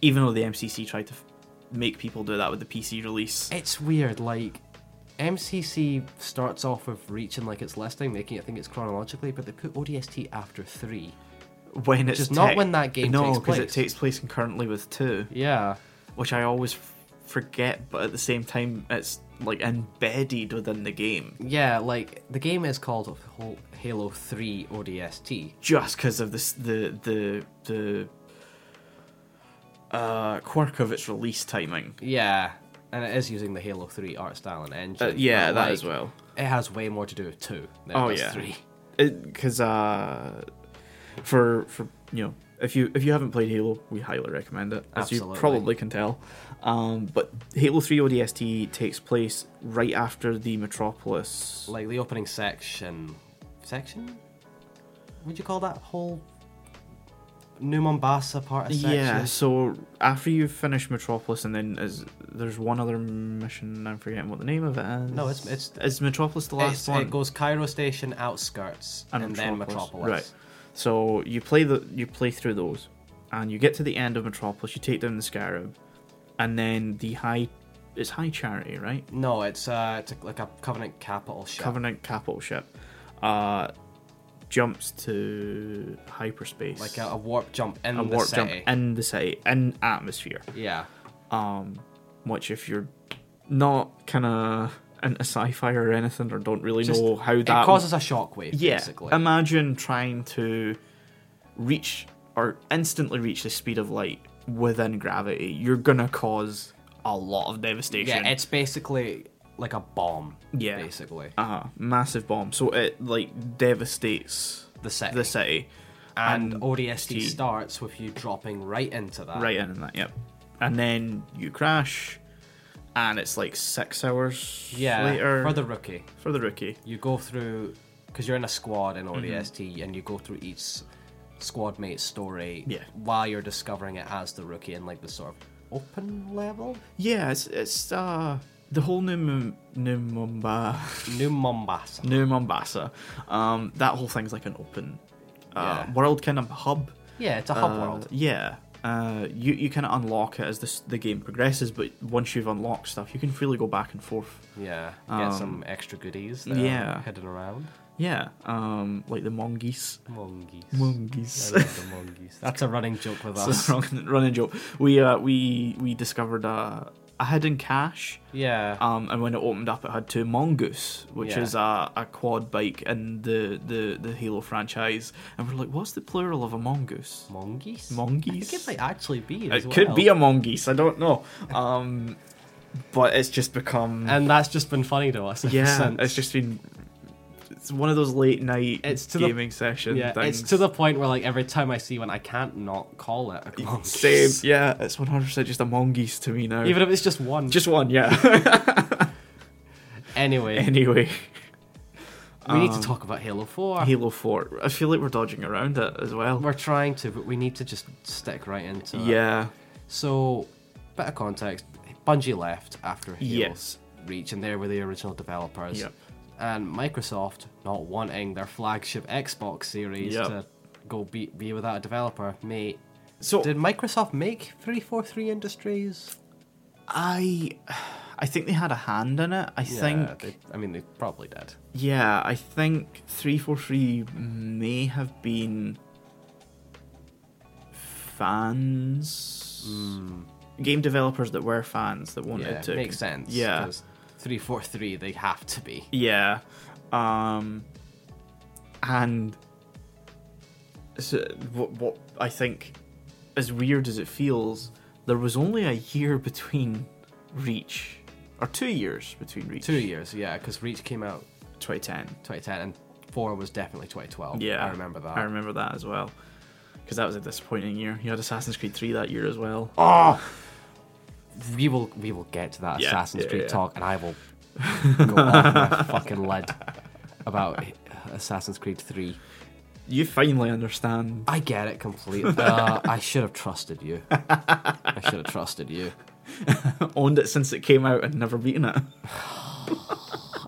[SPEAKER 2] even though the MCC tried to f- make people do that with the PC release.
[SPEAKER 3] It's weird, like MCC starts off with Reach and like its listing, making it think it's chronologically, but they put ODST after three.
[SPEAKER 2] when it's
[SPEAKER 3] is not
[SPEAKER 2] tech-
[SPEAKER 3] when that game
[SPEAKER 2] no,
[SPEAKER 3] takes
[SPEAKER 2] because it
[SPEAKER 3] place.
[SPEAKER 2] takes place concurrently with two,
[SPEAKER 3] Yeah,
[SPEAKER 2] which I always f- forget, but at the same time, it's like embedded within the game
[SPEAKER 3] Yeah, like the game is called Hol- Halo 3 ODST.
[SPEAKER 2] just because of this the the the uh, quirk of its release timing.
[SPEAKER 3] Yeah, and it is using the Halo 3 art style and engine.
[SPEAKER 2] Uh, yeah,
[SPEAKER 3] but,
[SPEAKER 2] that
[SPEAKER 3] like,
[SPEAKER 2] as well.
[SPEAKER 3] It has way more to do with 2 than
[SPEAKER 2] Oh,
[SPEAKER 3] it does
[SPEAKER 2] yeah.
[SPEAKER 3] 3.
[SPEAKER 2] because uh, for for you know if you if you haven't played Halo, we highly recommend it, as
[SPEAKER 3] Absolutely.
[SPEAKER 2] you probably can tell. Um, but Halo Three ODST takes place right after the Metropolis.
[SPEAKER 3] Like the opening section. Section? Would you call that whole New Mombasa part of section?
[SPEAKER 2] Yeah, so after you finish Metropolis, and then is there's one other mission. I'm forgetting what the name of it is.
[SPEAKER 3] No, it's- it's-
[SPEAKER 2] is Metropolis the last
[SPEAKER 3] It's-
[SPEAKER 2] one. Ah,
[SPEAKER 3] It goes Cairo Station, outskirts, and, then Metropolis.
[SPEAKER 2] Right. So you play the you play through those, and you get to the end of Metropolis. You take down the Scarab, and then the high, it's High Charity, right?
[SPEAKER 3] No, it's uh, it's like a Covenant capital ship.
[SPEAKER 2] Covenant capital ship, uh, jumps to hyperspace,
[SPEAKER 3] like a, a warp jump in
[SPEAKER 2] a
[SPEAKER 3] the
[SPEAKER 2] warp
[SPEAKER 3] city.
[SPEAKER 2] jump in the city, in atmosphere.
[SPEAKER 3] yeah,
[SPEAKER 2] Um, which if you're not kind of into sci-fi or anything, or don't really
[SPEAKER 3] Just-
[SPEAKER 2] know how that
[SPEAKER 3] it causes a shockwave.
[SPEAKER 2] Yeah.
[SPEAKER 3] basically.
[SPEAKER 2] Imagine trying to reach or instantly reach the speed of light within gravity. You're gonna cause a lot of devastation.
[SPEAKER 3] yeah, it's basically like a bomb.
[SPEAKER 2] Yeah.
[SPEAKER 3] basically
[SPEAKER 2] uh massive bomb. So it like devastates
[SPEAKER 3] the city.
[SPEAKER 2] the city.
[SPEAKER 3] and, ODST
[SPEAKER 2] T.
[SPEAKER 3] starts with you dropping right into that.
[SPEAKER 2] Right in and that, yep. And then you crash and it's like six hours
[SPEAKER 3] Yeah.
[SPEAKER 2] later
[SPEAKER 3] For the rookie,
[SPEAKER 2] for the rookie.
[SPEAKER 3] you go through because you're in a squad
[SPEAKER 2] Mm-hmm.
[SPEAKER 3] in ODST, and you go through each s- squad mate's story
[SPEAKER 2] Yeah.
[SPEAKER 3] while you're discovering it as the rookie in like the sort of open level
[SPEAKER 2] Yeah, it's it's uh the whole new Mum- new Mumbai
[SPEAKER 3] new mombasa
[SPEAKER 2] New Mombasa. Um, that whole thing's like an open uh,
[SPEAKER 3] Yeah.
[SPEAKER 2] world kind of hub.
[SPEAKER 3] yeah it's a hub
[SPEAKER 2] Uh,
[SPEAKER 3] world
[SPEAKER 2] Yeah. Uh, you you kind of unlock it as this, the game progresses, but once you've unlocked stuff, you can freely go back and forth.
[SPEAKER 3] Yeah, get some extra goodies. That
[SPEAKER 2] um, yeah.
[SPEAKER 3] are hidden around.
[SPEAKER 2] Yeah. Um, like the mongoose.
[SPEAKER 3] Mongeese.
[SPEAKER 2] Mongoose.
[SPEAKER 3] I love the mongeese. That's a running joke with us.
[SPEAKER 2] That's a running, running joke. We uh, we we discovered a, a hidden cache.
[SPEAKER 3] yeah,
[SPEAKER 2] Um, and when it opened up, it had two mongoose, which
[SPEAKER 3] Yeah.
[SPEAKER 2] is a, a quad bike in the, the, the Halo franchise. And we're like, what's the plural of a mongoose?
[SPEAKER 3] mongeese. I think
[SPEAKER 2] mongoose?
[SPEAKER 3] it might actually be.
[SPEAKER 2] It
[SPEAKER 3] as
[SPEAKER 2] could
[SPEAKER 3] well.
[SPEAKER 2] be a mongoose. I don't know. Um, but it's just become
[SPEAKER 3] And that's just been funny to us. ever
[SPEAKER 2] yeah.
[SPEAKER 3] since.
[SPEAKER 2] It's just been it's one of those late night
[SPEAKER 3] It's to the-
[SPEAKER 2] gaming session.
[SPEAKER 3] yeah.
[SPEAKER 2] things.
[SPEAKER 3] It's to the point where like every time I see one, I can't not call it a
[SPEAKER 2] same.
[SPEAKER 3] mongeese.
[SPEAKER 2] Yeah, it's one hundred percent just a mongoose to me now.
[SPEAKER 3] Even if it's just one.
[SPEAKER 2] just one, yeah.
[SPEAKER 3] anyway,
[SPEAKER 2] anyway,
[SPEAKER 3] we need to talk about Halo Four.
[SPEAKER 2] um, Halo Four. I feel like we're dodging around it as well.
[SPEAKER 3] We're trying to, but we need to just stick right into it.
[SPEAKER 2] yeah,
[SPEAKER 3] So, bit of context: Bungie left after Halo
[SPEAKER 2] Yes.
[SPEAKER 3] Reach, and they were the original developers.
[SPEAKER 2] Yep.
[SPEAKER 3] And Microsoft, not wanting their flagship Xbox series
[SPEAKER 2] Yep.
[SPEAKER 3] to go be, be without a developer, mate.
[SPEAKER 2] So-
[SPEAKER 3] did Microsoft make three four three Industries?
[SPEAKER 2] I, I think they had a hand in it. I
[SPEAKER 3] yeah,
[SPEAKER 2] think
[SPEAKER 3] they, I mean they probably did.
[SPEAKER 2] Yeah, I think 343 may have been fans. Game developers that were fans that wanted
[SPEAKER 3] Mm. Yeah,
[SPEAKER 2] to.
[SPEAKER 3] makes sense.
[SPEAKER 2] Yeah.
[SPEAKER 3] 'cause three four three, they have to be.
[SPEAKER 2] Yeah. Um, and so, what, what I think, as weird as it feels, there was only a year between Reach, or two years between Reach.
[SPEAKER 3] Two years, yeah, because Reach came out
[SPEAKER 2] 2010.
[SPEAKER 3] 2010 and four was definitely 2012.
[SPEAKER 2] Yeah,
[SPEAKER 3] I remember that.
[SPEAKER 2] I remember that as well. Because that was a disappointing year. You had Assassin's Creed 3 that year as well.
[SPEAKER 3] we will we will get to that
[SPEAKER 2] Yeah,
[SPEAKER 3] Assassin's
[SPEAKER 2] yeah,
[SPEAKER 3] Creed
[SPEAKER 2] yeah.
[SPEAKER 3] talk, and I will go off my fucking lid about Assassin's Creed Three.
[SPEAKER 2] You finally understand.
[SPEAKER 3] I get it completely. Uh, I should have trusted you. I should have trusted you.
[SPEAKER 2] Owned it since it came out and never beaten it.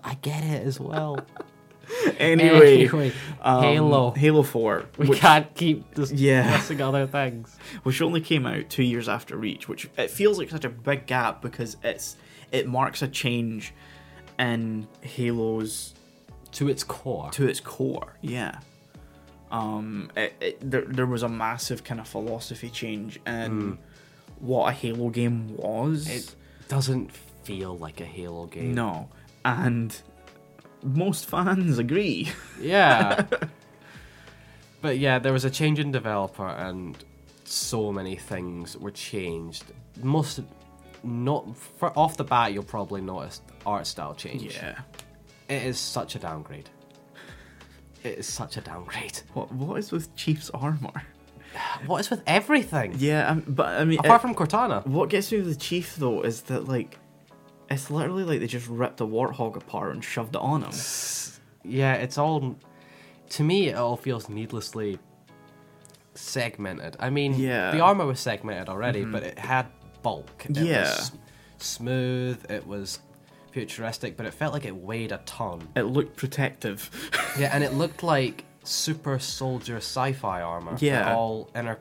[SPEAKER 3] I get it as well.
[SPEAKER 2] anyway,
[SPEAKER 3] Anyway,
[SPEAKER 2] um,
[SPEAKER 3] Halo.
[SPEAKER 2] Halo 4,
[SPEAKER 3] We
[SPEAKER 2] which,
[SPEAKER 3] can't keep dis-
[SPEAKER 2] Yeah.
[SPEAKER 3] discussing other things.
[SPEAKER 2] which only came out two years after Reach, which it feels like such a big gap because it's it marks a change in Halo's
[SPEAKER 3] To its core,
[SPEAKER 2] to its core. Yeah. Um, it, it, there, there was a Hmm. massive kind of philosophy change in what a Halo game was.
[SPEAKER 3] It- doesn't feel like a Halo game.
[SPEAKER 2] No, and most fans agree.
[SPEAKER 3] Yeah. but yeah, there was a change in developer and so many things were changed. Most not for, off the bat you'll probably notice art style change. It is such a downgrade. It is such a downgrade.
[SPEAKER 2] What what is with Chief's armor?
[SPEAKER 3] What is with everything?
[SPEAKER 2] Yeah, um, but I mean,
[SPEAKER 3] Apart
[SPEAKER 2] it-
[SPEAKER 3] from Cortana.
[SPEAKER 2] what gets me with the Chief though is that like, it's literally like they just ripped a warthog apart and shoved it on him.
[SPEAKER 3] Yeah, it's all to me it all feels needlessly segmented. I mean,
[SPEAKER 2] Yeah. Mm-hmm.
[SPEAKER 3] the armor was segmented already, but it had bulk. It
[SPEAKER 2] Yeah.
[SPEAKER 3] was s- smooth, it was futuristic, but it felt like it weighed a ton.
[SPEAKER 2] It looked protective.
[SPEAKER 3] Yeah, and it looked like super soldier sci-fi armor. It
[SPEAKER 2] Yeah. Mm-hmm.
[SPEAKER 3] all inter,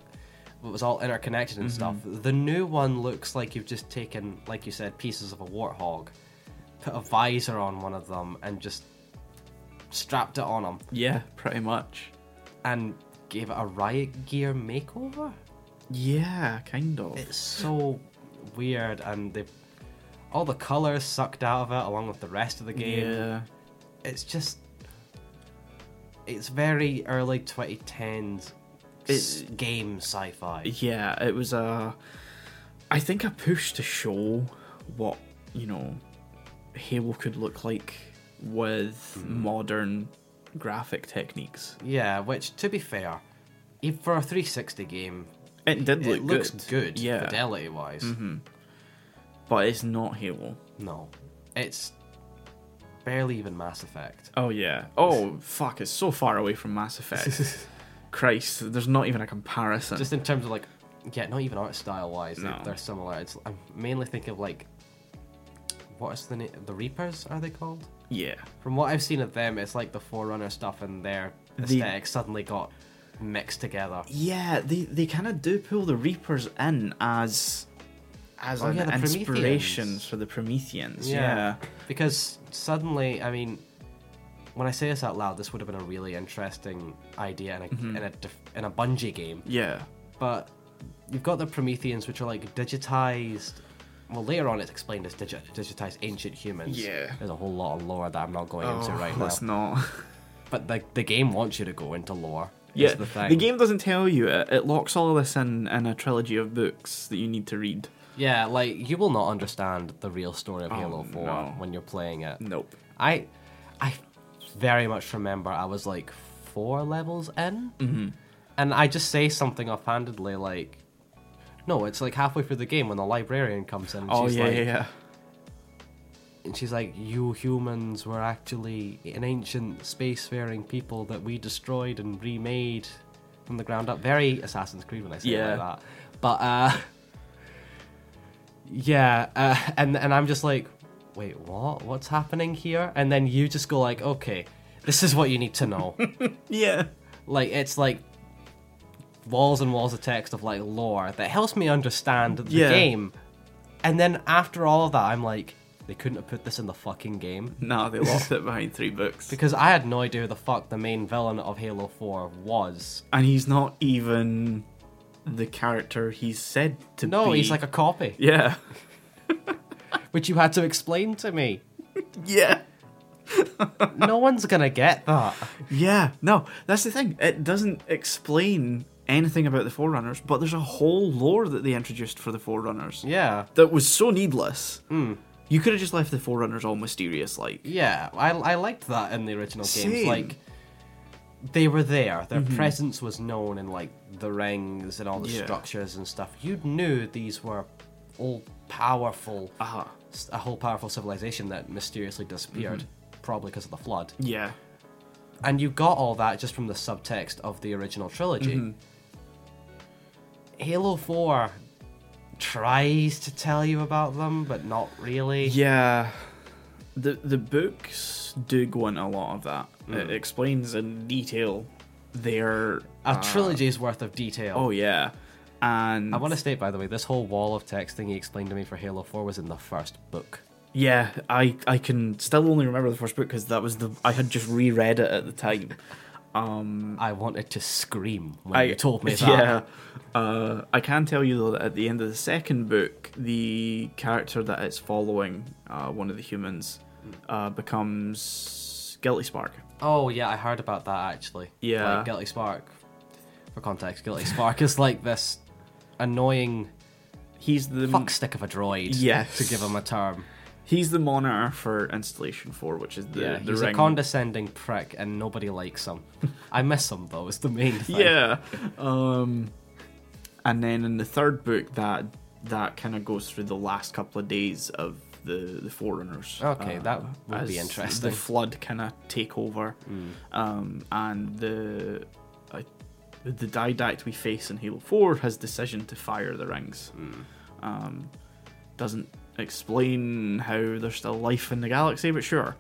[SPEAKER 3] it was all interconnected and stuff. The new one looks like you've just taken, like you said, pieces of a warthog, put a visor on one of them, and just strapped it on them,
[SPEAKER 2] yeah, pretty much.
[SPEAKER 3] and gave it a riot gear makeover.
[SPEAKER 2] Yeah, kind of.
[SPEAKER 3] It's so weird, and they all the colors sucked out of it along with the rest of the game.
[SPEAKER 2] yeah.
[SPEAKER 3] it's just it's very early 2010s
[SPEAKER 2] It's-
[SPEAKER 3] s- game sci-fi
[SPEAKER 2] yeah, it was a. I think a push to show what you know, Halo could look like with
[SPEAKER 3] Hmm.
[SPEAKER 2] modern graphic techniques.
[SPEAKER 3] yeah which to be fair if for a 360 game
[SPEAKER 2] It did look
[SPEAKER 3] it looks
[SPEAKER 2] good.
[SPEAKER 3] good,
[SPEAKER 2] yeah, Mm-hmm.
[SPEAKER 3] fidelity wise
[SPEAKER 2] but it's not Halo.
[SPEAKER 3] no it's barely even mass effect
[SPEAKER 2] Oh yeah. Oh fuck! It's so far away from Mass Effect. Christ, there's not even a comparison.
[SPEAKER 3] just in terms of like yeah not even art style wise
[SPEAKER 2] No.
[SPEAKER 3] they're similar it's i'm mainly thinking of like what's the name the reapers are they called
[SPEAKER 2] yeah,
[SPEAKER 3] From what I've seen of them, it's like the Forerunner stuff and their
[SPEAKER 2] The-
[SPEAKER 3] aesthetic suddenly got mixed together.
[SPEAKER 2] yeah. They they kind of do pull the Reapers in as as
[SPEAKER 3] Oh,
[SPEAKER 2] an
[SPEAKER 3] yeah, the
[SPEAKER 2] inspiration
[SPEAKER 3] Prometheans.
[SPEAKER 2] for the Prometheans.
[SPEAKER 3] Yeah.
[SPEAKER 2] Yeah.
[SPEAKER 3] Because suddenly, I mean, when I say this out loud, this would have been a really interesting idea in a, in a, def- in a Bungie game.
[SPEAKER 2] Yeah.
[SPEAKER 3] But you've got the Prometheans, which are like digitized. Well, later on, it's explained as digi- digitized ancient humans.
[SPEAKER 2] Yeah.
[SPEAKER 3] There's a whole lot of lore that I'm not going into right now.
[SPEAKER 2] let's Oh, not.
[SPEAKER 3] But the, the game wants you to go into lore. is
[SPEAKER 2] Yeah,
[SPEAKER 3] the,
[SPEAKER 2] the,
[SPEAKER 3] thing.
[SPEAKER 2] game doesn't tell you. It, it locks all of this in in a trilogy of books that you need to read.
[SPEAKER 3] Yeah, like you will not understand the real story of Halo 4
[SPEAKER 2] Oh, no.
[SPEAKER 3] when you're playing it.
[SPEAKER 2] Nope.
[SPEAKER 3] I I very much remember I was like four levels in.
[SPEAKER 2] Mm-hmm.
[SPEAKER 3] And I just say something offhandedly like no, it's like halfway through the game when the librarian comes in and
[SPEAKER 2] Oh
[SPEAKER 3] she's
[SPEAKER 2] yeah,
[SPEAKER 3] like
[SPEAKER 2] yeah, yeah.
[SPEAKER 3] and she's like you humans were actually an ancient spacefaring people that we destroyed and remade from the ground up. Very Assassin's Creed when I say
[SPEAKER 2] Yeah.
[SPEAKER 3] it like that. But uh yeah, uh, and and I'm just like, wait, what? What's happening here? And then you just go like, okay, this is what you need to know.
[SPEAKER 2] Yeah.
[SPEAKER 3] like it's like walls and walls of text of like lore that helps me understand the
[SPEAKER 2] Yeah.
[SPEAKER 3] game. And then after all of that, I'm like, they couldn't have put this in the fucking game
[SPEAKER 2] No, they locked it behind three books,
[SPEAKER 3] because I had no idea who the fuck the main villain of Halo Four was.
[SPEAKER 2] and he's not even the character he's said to be.
[SPEAKER 3] No, he's like a copy,
[SPEAKER 2] yeah,
[SPEAKER 3] which you had to explain to me.
[SPEAKER 2] yeah,
[SPEAKER 3] No one's gonna get that.
[SPEAKER 2] yeah. No, that's the thing. It doesn't explain anything about the Forerunners, but there's a whole lore that they introduced for the Forerunners
[SPEAKER 3] Yeah.
[SPEAKER 2] that was so needless. You could have just left the Forerunners all mysterious, like
[SPEAKER 3] Yeah, I, I liked that in the original games.
[SPEAKER 2] Same. Mm-hmm.
[SPEAKER 3] Like, they were there. Their presence was known in, like, the rings and all the
[SPEAKER 2] Yeah.
[SPEAKER 3] structures and stuff. You knew these were all powerful,
[SPEAKER 2] Ah.
[SPEAKER 3] s- a whole powerful civilization that mysteriously disappeared,
[SPEAKER 2] Mm-hmm.
[SPEAKER 3] probably because of the flood.
[SPEAKER 2] yeah,
[SPEAKER 3] And you got all that just from the subtext of the original trilogy.
[SPEAKER 2] Mm-hmm.
[SPEAKER 3] Halo 4 tries to tell you about them, but not really.
[SPEAKER 2] Yeah, the the books do go into a lot of that.
[SPEAKER 3] Mm.
[SPEAKER 2] It explains in detail their
[SPEAKER 3] A trilogy's worth of detail.
[SPEAKER 2] oh yeah, and
[SPEAKER 3] I want to state, by the way, this whole wall of text thing he explained to me for Halo 4 was in the first book.
[SPEAKER 2] yeah, I I can still only remember the first book because that was the I had just reread it at the time. Um,
[SPEAKER 3] I wanted to scream when
[SPEAKER 2] I
[SPEAKER 3] you told me that.
[SPEAKER 2] Yeah, uh, I can tell you though that at the end of the second book, the character that it's following, uh, one of the humans,
[SPEAKER 3] Mm.
[SPEAKER 2] uh, becomes guilty spark.
[SPEAKER 3] Oh yeah, I heard about that actually.
[SPEAKER 2] Yeah.
[SPEAKER 3] Like Guilty Spark. For context, Guilty Spark is like this annoying
[SPEAKER 2] He's the
[SPEAKER 3] fuckstick of a droid.
[SPEAKER 2] Mm. Yes.
[SPEAKER 3] To give him a term.
[SPEAKER 2] he's the monitor for installation four, which is the
[SPEAKER 3] yeah.
[SPEAKER 2] the
[SPEAKER 3] he's
[SPEAKER 2] ring.
[SPEAKER 3] a condescending prick, and nobody likes him. I miss him though. It's the main thing.
[SPEAKER 2] yeah. Um, and then in the third book, that that kind of goes through the last couple of days of the the forerunners.
[SPEAKER 3] Okay, that would be
[SPEAKER 2] as
[SPEAKER 3] interesting. Mm.
[SPEAKER 2] The flood kind of take over, um, and the uh, the didact we face in Halo Four has decision to fire the rings.
[SPEAKER 3] Mm.
[SPEAKER 2] Um, doesn't explain how there's still life in the galaxy, but sure.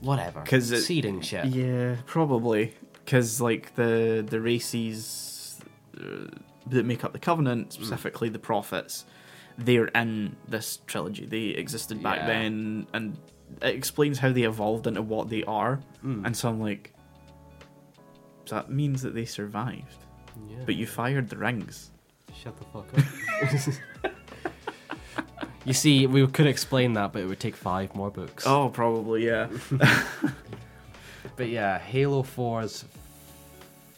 [SPEAKER 3] Whatever.
[SPEAKER 2] 'Cause it-
[SPEAKER 3] seeding shit.
[SPEAKER 2] Yeah, probably because like the the races uh, that make up the
[SPEAKER 3] Mm.
[SPEAKER 2] Covenant, specifically the Prophets, they're in this trilogy. They existed back
[SPEAKER 3] Yeah.
[SPEAKER 2] then, and it explains how they evolved into what they are.
[SPEAKER 3] Mm.
[SPEAKER 2] And so I'm like, so that means that they survived,
[SPEAKER 3] Yeah.
[SPEAKER 2] but you fired the rings.
[SPEAKER 3] Shut the fuck up. you see, we could explain that, but it would take five more books.
[SPEAKER 2] Oh, probably yeah.
[SPEAKER 3] But yeah, Halo 4's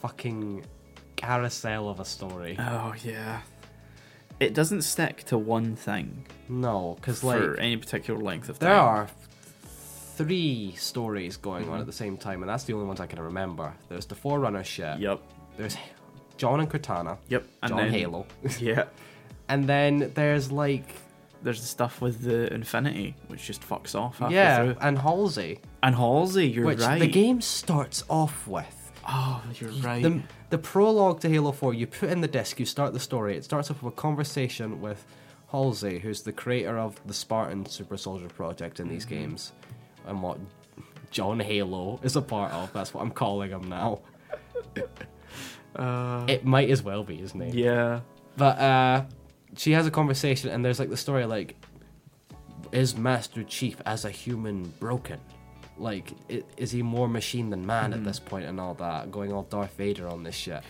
[SPEAKER 3] fucking carousel of a story.
[SPEAKER 2] oh yeah. It doesn't stick to one thing
[SPEAKER 3] No, because like
[SPEAKER 2] for any particular length of time.
[SPEAKER 3] there are three stories going
[SPEAKER 2] Mm-hmm.
[SPEAKER 3] on at the same time, and that's the only ones I can remember. There's the Forerunner shit.
[SPEAKER 2] Yep.
[SPEAKER 3] There's John and Cortana.
[SPEAKER 2] Yep. And
[SPEAKER 3] John
[SPEAKER 2] then-
[SPEAKER 3] Halo.
[SPEAKER 2] Yeah.
[SPEAKER 3] and then there's like
[SPEAKER 2] there's the stuff with the Infinity, which just fucks off. Halfway
[SPEAKER 3] yeah,
[SPEAKER 2] through.
[SPEAKER 3] and Halsey,
[SPEAKER 2] and Halsey, you're
[SPEAKER 3] which
[SPEAKER 2] right.
[SPEAKER 3] the game starts off with.
[SPEAKER 2] Oh, you're right.
[SPEAKER 3] The, the prologue to Halo 4, you put in the disc, you start the story. It starts off with a conversation with Halsey, who's the creator of the Spartan Super Soldier Project in these games, and what John Halo is a part of. That's what I'm calling him now. it might as well be his name.
[SPEAKER 2] yeah,
[SPEAKER 3] But uh, she has a conversation, and there's like the story like, is Master Chief as a human broken? Like, i- is he more machine than man
[SPEAKER 2] Mm-hmm.
[SPEAKER 3] at this point and all that? Going all Darth Vader on this shit.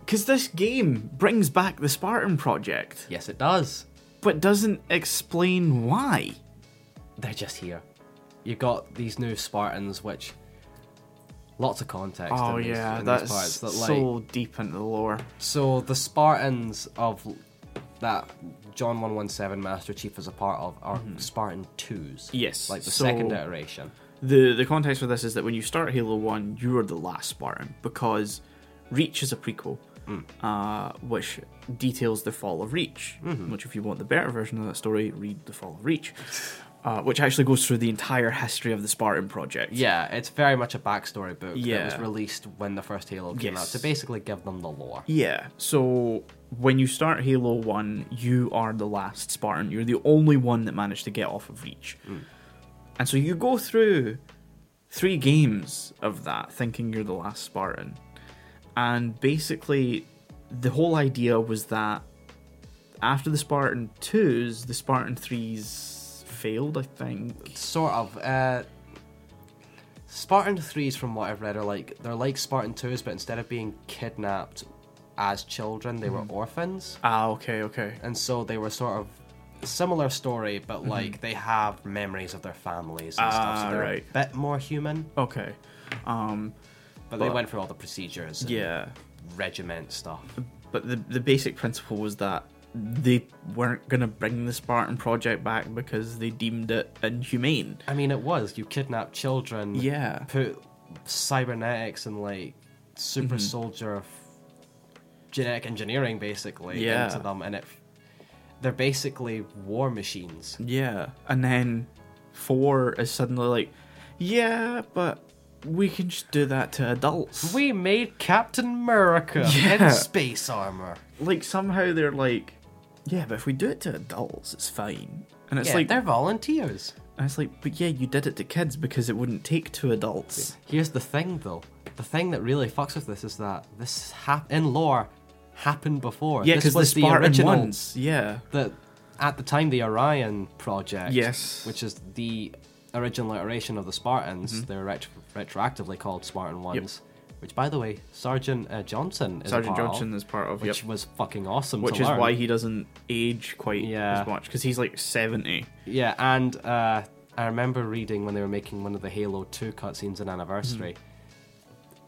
[SPEAKER 2] because Uh, this game brings back the Spartan Project,
[SPEAKER 3] Yes, it does.
[SPEAKER 2] but doesn't explain why.
[SPEAKER 3] They're just here. You got these new Spartans, which lots of context.
[SPEAKER 2] Oh
[SPEAKER 3] in these,
[SPEAKER 2] yeah,
[SPEAKER 3] in
[SPEAKER 2] that's
[SPEAKER 3] these parts, that, like,
[SPEAKER 2] so deep into the lore.
[SPEAKER 3] So the Spartans of that John one one seven Master Chief is a part of are Spartan twos.
[SPEAKER 2] Mm-hmm. Yes,
[SPEAKER 3] like the
[SPEAKER 2] so-
[SPEAKER 3] second iteration.
[SPEAKER 2] The the context for this is that when you start Halo One, you are the last Spartan because Reach is a prequel, uh, which details the fall of Reach. Which, if you want the better version of that story, read the fall of Reach, uh, which actually goes through the entire history of the Spartan Project.
[SPEAKER 3] Yeah, it's very much a backstory book that was
[SPEAKER 2] Yeah.
[SPEAKER 3] released when the first Halo came out
[SPEAKER 2] Yes.
[SPEAKER 3] to basically give them the lore.
[SPEAKER 2] Yeah. So when you start Halo 1, you are the last Spartan. You're the only one that managed to get off of Reach. And so you go through three games of that thinking you're the last Spartan. And basically, the whole idea was that after the Spartan 2s, the Spartan 3s failed, I think.
[SPEAKER 3] Sort of. Uh, Spartan threes, from what I've read, are like they're like Spartan twos, but instead of being kidnapped as children, they were orphans.
[SPEAKER 2] Ah, okay, okay.
[SPEAKER 3] and so they were sort of similar story, but like they have memories of their families and stuff, so
[SPEAKER 2] Mm-hmm. Ah,
[SPEAKER 3] they're
[SPEAKER 2] right.
[SPEAKER 3] a bit more human.
[SPEAKER 2] Okay. Um,
[SPEAKER 3] But they
[SPEAKER 2] But-
[SPEAKER 3] went through all the procedures, and
[SPEAKER 2] yeah. Mm.
[SPEAKER 3] regiment stuff.
[SPEAKER 2] But the the basic principle was that they weren't gonna bring the Spartan project back because they deemed it inhumane.
[SPEAKER 3] I mean, it was you kidnap children,
[SPEAKER 2] Yeah.
[SPEAKER 3] put cybernetics and like
[SPEAKER 2] Mm-hmm.
[SPEAKER 3] super soldier f- genetic engineering basically
[SPEAKER 2] Yeah.
[SPEAKER 3] into them, and it they're basically war machines.
[SPEAKER 2] Yeah. And then four is suddenly like, yeah, but we can just do that to adults.
[SPEAKER 3] We made Captain America
[SPEAKER 2] Mm. Yeah.
[SPEAKER 3] in space armor.
[SPEAKER 2] like somehow they're like, yeah, but if we do it to adults, it's fine. And it's
[SPEAKER 3] yeah,
[SPEAKER 2] like,
[SPEAKER 3] they're
[SPEAKER 2] and
[SPEAKER 3] volunteers.
[SPEAKER 2] it's like, but yeah, you did it to kids because it wouldn't take to adults.
[SPEAKER 3] Here's the thing, though. The thing that really fucks with this is that this hap- in lore happened before.
[SPEAKER 2] Yeah,
[SPEAKER 3] This
[SPEAKER 2] because the
[SPEAKER 3] was
[SPEAKER 2] Spartan ones. Yeah.
[SPEAKER 3] that at the time the Orion project,
[SPEAKER 2] Yes. Mm-hmm.
[SPEAKER 3] which is the original iteration of the Spartans, they were ret- retroactively called Spartan ones. which by the way, Sergeant uh, Johnson is a
[SPEAKER 2] Sergeant
[SPEAKER 3] part of,
[SPEAKER 2] Johnson is part of
[SPEAKER 3] which
[SPEAKER 2] yep.
[SPEAKER 3] was fucking awesome.
[SPEAKER 2] which
[SPEAKER 3] to
[SPEAKER 2] is
[SPEAKER 3] learn.
[SPEAKER 2] why he doesn't age quite
[SPEAKER 3] Yeah.
[SPEAKER 2] as much because he's like seventy.
[SPEAKER 3] Yeah, and uh, I remember reading when they were making one of the Halo 2 cutscenes in Anniversary.
[SPEAKER 2] Mm-hmm.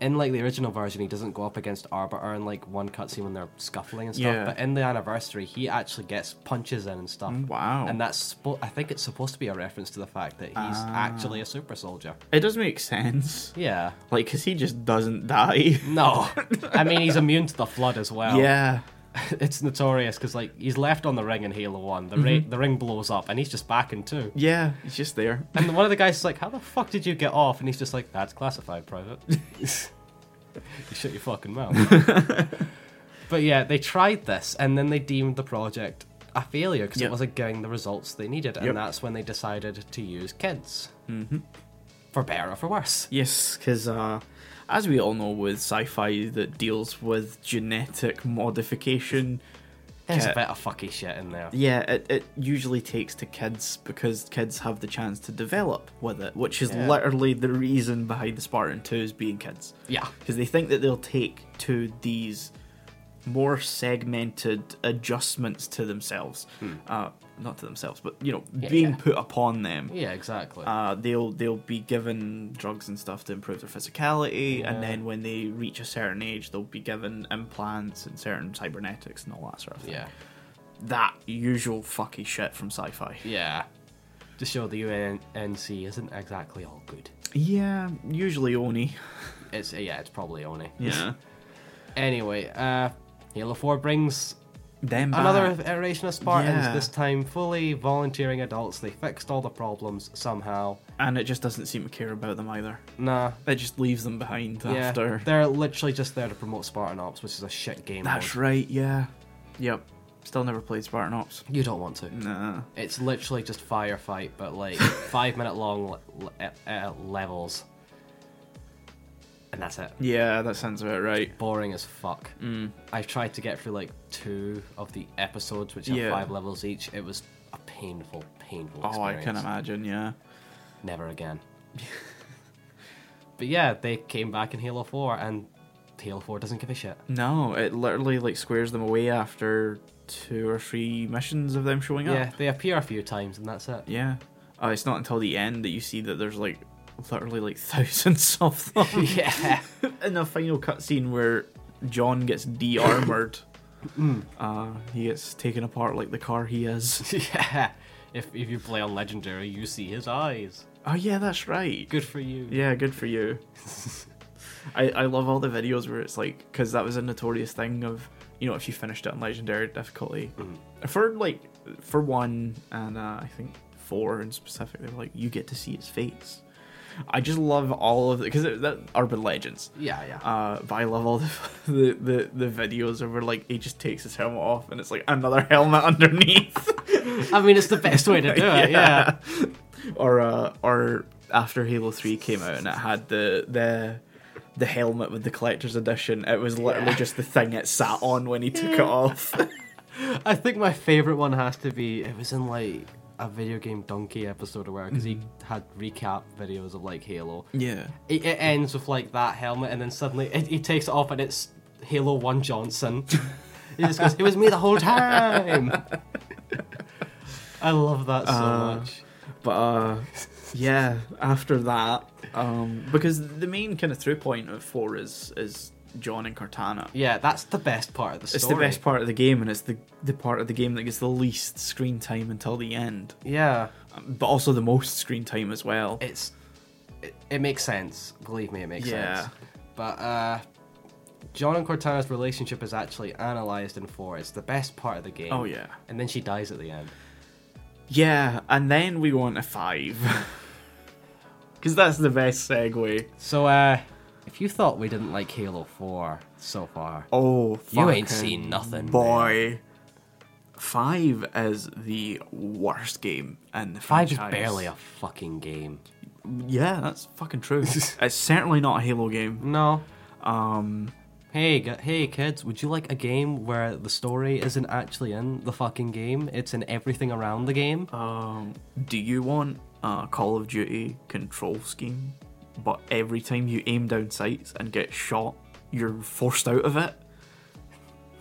[SPEAKER 3] In like the original version, he doesn't go up against Arbiter in like one cutscene when they're scuffling and stuff.
[SPEAKER 2] Yeah.
[SPEAKER 3] But in the anniversary, he actually gets punches in and stuff.
[SPEAKER 2] Wow.
[SPEAKER 3] And that's spo- I think it's supposed to be a reference to the fact that he's actually a super soldier.
[SPEAKER 2] It does make sense,
[SPEAKER 3] Yeah.
[SPEAKER 2] like because he just doesn't die.
[SPEAKER 3] No, I mean he's immune to the flood as well.
[SPEAKER 2] Yeah,
[SPEAKER 3] it's notorious because like he's left on the ring in Halo One. The ring the ring blows up and he's just back in two.
[SPEAKER 2] yeah, he's just there.
[SPEAKER 3] And one of the guys is like, "How the fuck did you get off?" And he's just like, "That's classified, private." you shut your fucking mouth. but yeah, they tried this, and then they deemed the project a failure because
[SPEAKER 2] Yep.
[SPEAKER 3] it wasn't getting the results they needed, and
[SPEAKER 2] Yep.
[SPEAKER 3] that's when they decided to use kids, mm-hmm. for better or for worse.
[SPEAKER 2] Yes, because uh, as we all know, with sci-fi that deals with genetic modification,
[SPEAKER 3] There's
[SPEAKER 2] Yeah.
[SPEAKER 3] a bit of fucky shit in there.
[SPEAKER 2] yeah, it, it usually takes to kids because kids have the chance to develop with it, which is
[SPEAKER 3] Yeah.
[SPEAKER 2] literally the reason behind the Spartan Two is being kids.
[SPEAKER 3] Yeah,
[SPEAKER 2] because they think that they'll take to these more segmented adjustments to themselves, uh, not to themselves, but you know,
[SPEAKER 3] Hmm. Yeah,
[SPEAKER 2] being
[SPEAKER 3] yeah.
[SPEAKER 2] put upon them.
[SPEAKER 3] yeah, exactly.
[SPEAKER 2] Uh, they'll they'll be given drugs and stuff to improve their physicality,
[SPEAKER 3] Yeah.
[SPEAKER 2] and then when they reach a certain age, they'll be given implants and certain cybernetics and all that sort of thing.
[SPEAKER 3] yeah,
[SPEAKER 2] That usual fucky shit from sci-fi.
[SPEAKER 3] yeah. To show the UNC isn't exactly all good.
[SPEAKER 2] Yeah, usually Oni.
[SPEAKER 3] It's yeah, it's probably only.
[SPEAKER 2] Yeah.
[SPEAKER 3] Anyway, uh, Halo 4 brings
[SPEAKER 2] Them
[SPEAKER 3] another
[SPEAKER 2] back.
[SPEAKER 3] iteration of Spartans,
[SPEAKER 2] Ah. Yeah.
[SPEAKER 3] this time fully volunteering adults. They fixed all the problems somehow.
[SPEAKER 2] and it just doesn't seem to care about them either.
[SPEAKER 3] Nah.
[SPEAKER 2] It just leaves them behind after.
[SPEAKER 3] Yeah, they're literally just there to promote Spartan Ops, which is a shit game.
[SPEAKER 2] That's
[SPEAKER 3] mode.
[SPEAKER 2] right, yeah. Yep. Still never played Spartan Ops.
[SPEAKER 3] You don't want to.
[SPEAKER 2] Nah.
[SPEAKER 3] It's literally just firefight, but like five minute long le- le- uh, levels. And that's it.
[SPEAKER 2] Yeah, that sounds about right.
[SPEAKER 3] Boring as fuck.
[SPEAKER 2] Mm.
[SPEAKER 3] I've tried to get through like two of the episodes, which
[SPEAKER 2] Yeah.
[SPEAKER 3] have five levels each. It was a painful, painful
[SPEAKER 2] Oh, I
[SPEAKER 3] experience.
[SPEAKER 2] can imagine, yeah.
[SPEAKER 3] never again. but yeah, they came back in Halo 4 and Halo 4 doesn't give a shit.
[SPEAKER 2] No, it literally like squares them away after two or three missions of them showing
[SPEAKER 3] Yeah,
[SPEAKER 2] up.
[SPEAKER 3] they appear a few times and that's it.
[SPEAKER 2] Yeah. Uh, it's not until the end that you see that there's like literally like thousands of them.
[SPEAKER 3] yeah.
[SPEAKER 2] In the final cutscene where John gets de armored, uh, he gets taken apart like the car he is.
[SPEAKER 3] yeah. If, if you play on Legendary, you see his eyes.
[SPEAKER 2] Oh, yeah, that's right.
[SPEAKER 3] Good for you.
[SPEAKER 2] Yeah, good for you. I, I love all the videos where it's like because that was a notorious thing of you know if you finished it on legendary difficulty for like for one and uh, I think four in specific they were like you get to see his face. I just love all of it because that urban legends.
[SPEAKER 3] Yeah, yeah.
[SPEAKER 2] Uh, but I love all the, the the the videos where like he just takes his helmet off and it's like another helmet underneath.
[SPEAKER 3] I mean, it's the best way to do it, yeah.
[SPEAKER 2] Or uh, or after Halo Three came out and it had the the the helmet with the collector's edition, it was literally
[SPEAKER 3] Yeah.
[SPEAKER 2] just the thing it sat on when he took it off.
[SPEAKER 3] I think my favorite one has to be it was in like a video game donkey episode or where because he had recap videos of like Halo.
[SPEAKER 2] Yeah.
[SPEAKER 3] It, it ends with like that helmet, and then suddenly it, he takes it off, and it's Halo One Johnson. he just goes, "It was me the whole time." I love that so
[SPEAKER 2] Uh,
[SPEAKER 3] much.
[SPEAKER 2] But uh, yeah, after that, um, because the main kind of through point of four is is John and Cortana.
[SPEAKER 3] Yeah, that's the best part of the story.
[SPEAKER 2] It's the best part of the game, and it's the the part of the game that gets the least screen time until the end,
[SPEAKER 3] Yeah,
[SPEAKER 2] um, but also the most screen time as well.
[SPEAKER 3] it's it, it makes sense. Believe me, it makes
[SPEAKER 2] Yeah.
[SPEAKER 3] sense. But uh, John and Cortana's relationship is actually analyzed in four. It's the best part of the game.
[SPEAKER 2] Oh, yeah.
[SPEAKER 3] and then she dies at the end.
[SPEAKER 2] Yeah, and then we want a five. Because that's the best segue.
[SPEAKER 3] So uh, if you thought we didn't like Halo Four so far.
[SPEAKER 2] Oh,
[SPEAKER 3] You
[SPEAKER 2] fucking
[SPEAKER 3] ain't seen nothing,
[SPEAKER 2] Boy. Five is the worst game in the
[SPEAKER 3] Five is
[SPEAKER 2] franchise.
[SPEAKER 3] barely a fucking game.
[SPEAKER 2] Yeah, that's fucking true. it's certainly not a Halo game.
[SPEAKER 3] No.
[SPEAKER 2] Um,
[SPEAKER 3] Hey, gu- hey, kids! Would you like a game where the story isn't actually in the fucking game? It's in everything
[SPEAKER 2] Uh,
[SPEAKER 3] around the game.
[SPEAKER 2] um, do you want a Call of Duty control scheme? but every time you aim down sights and get shot, you're forced out of it.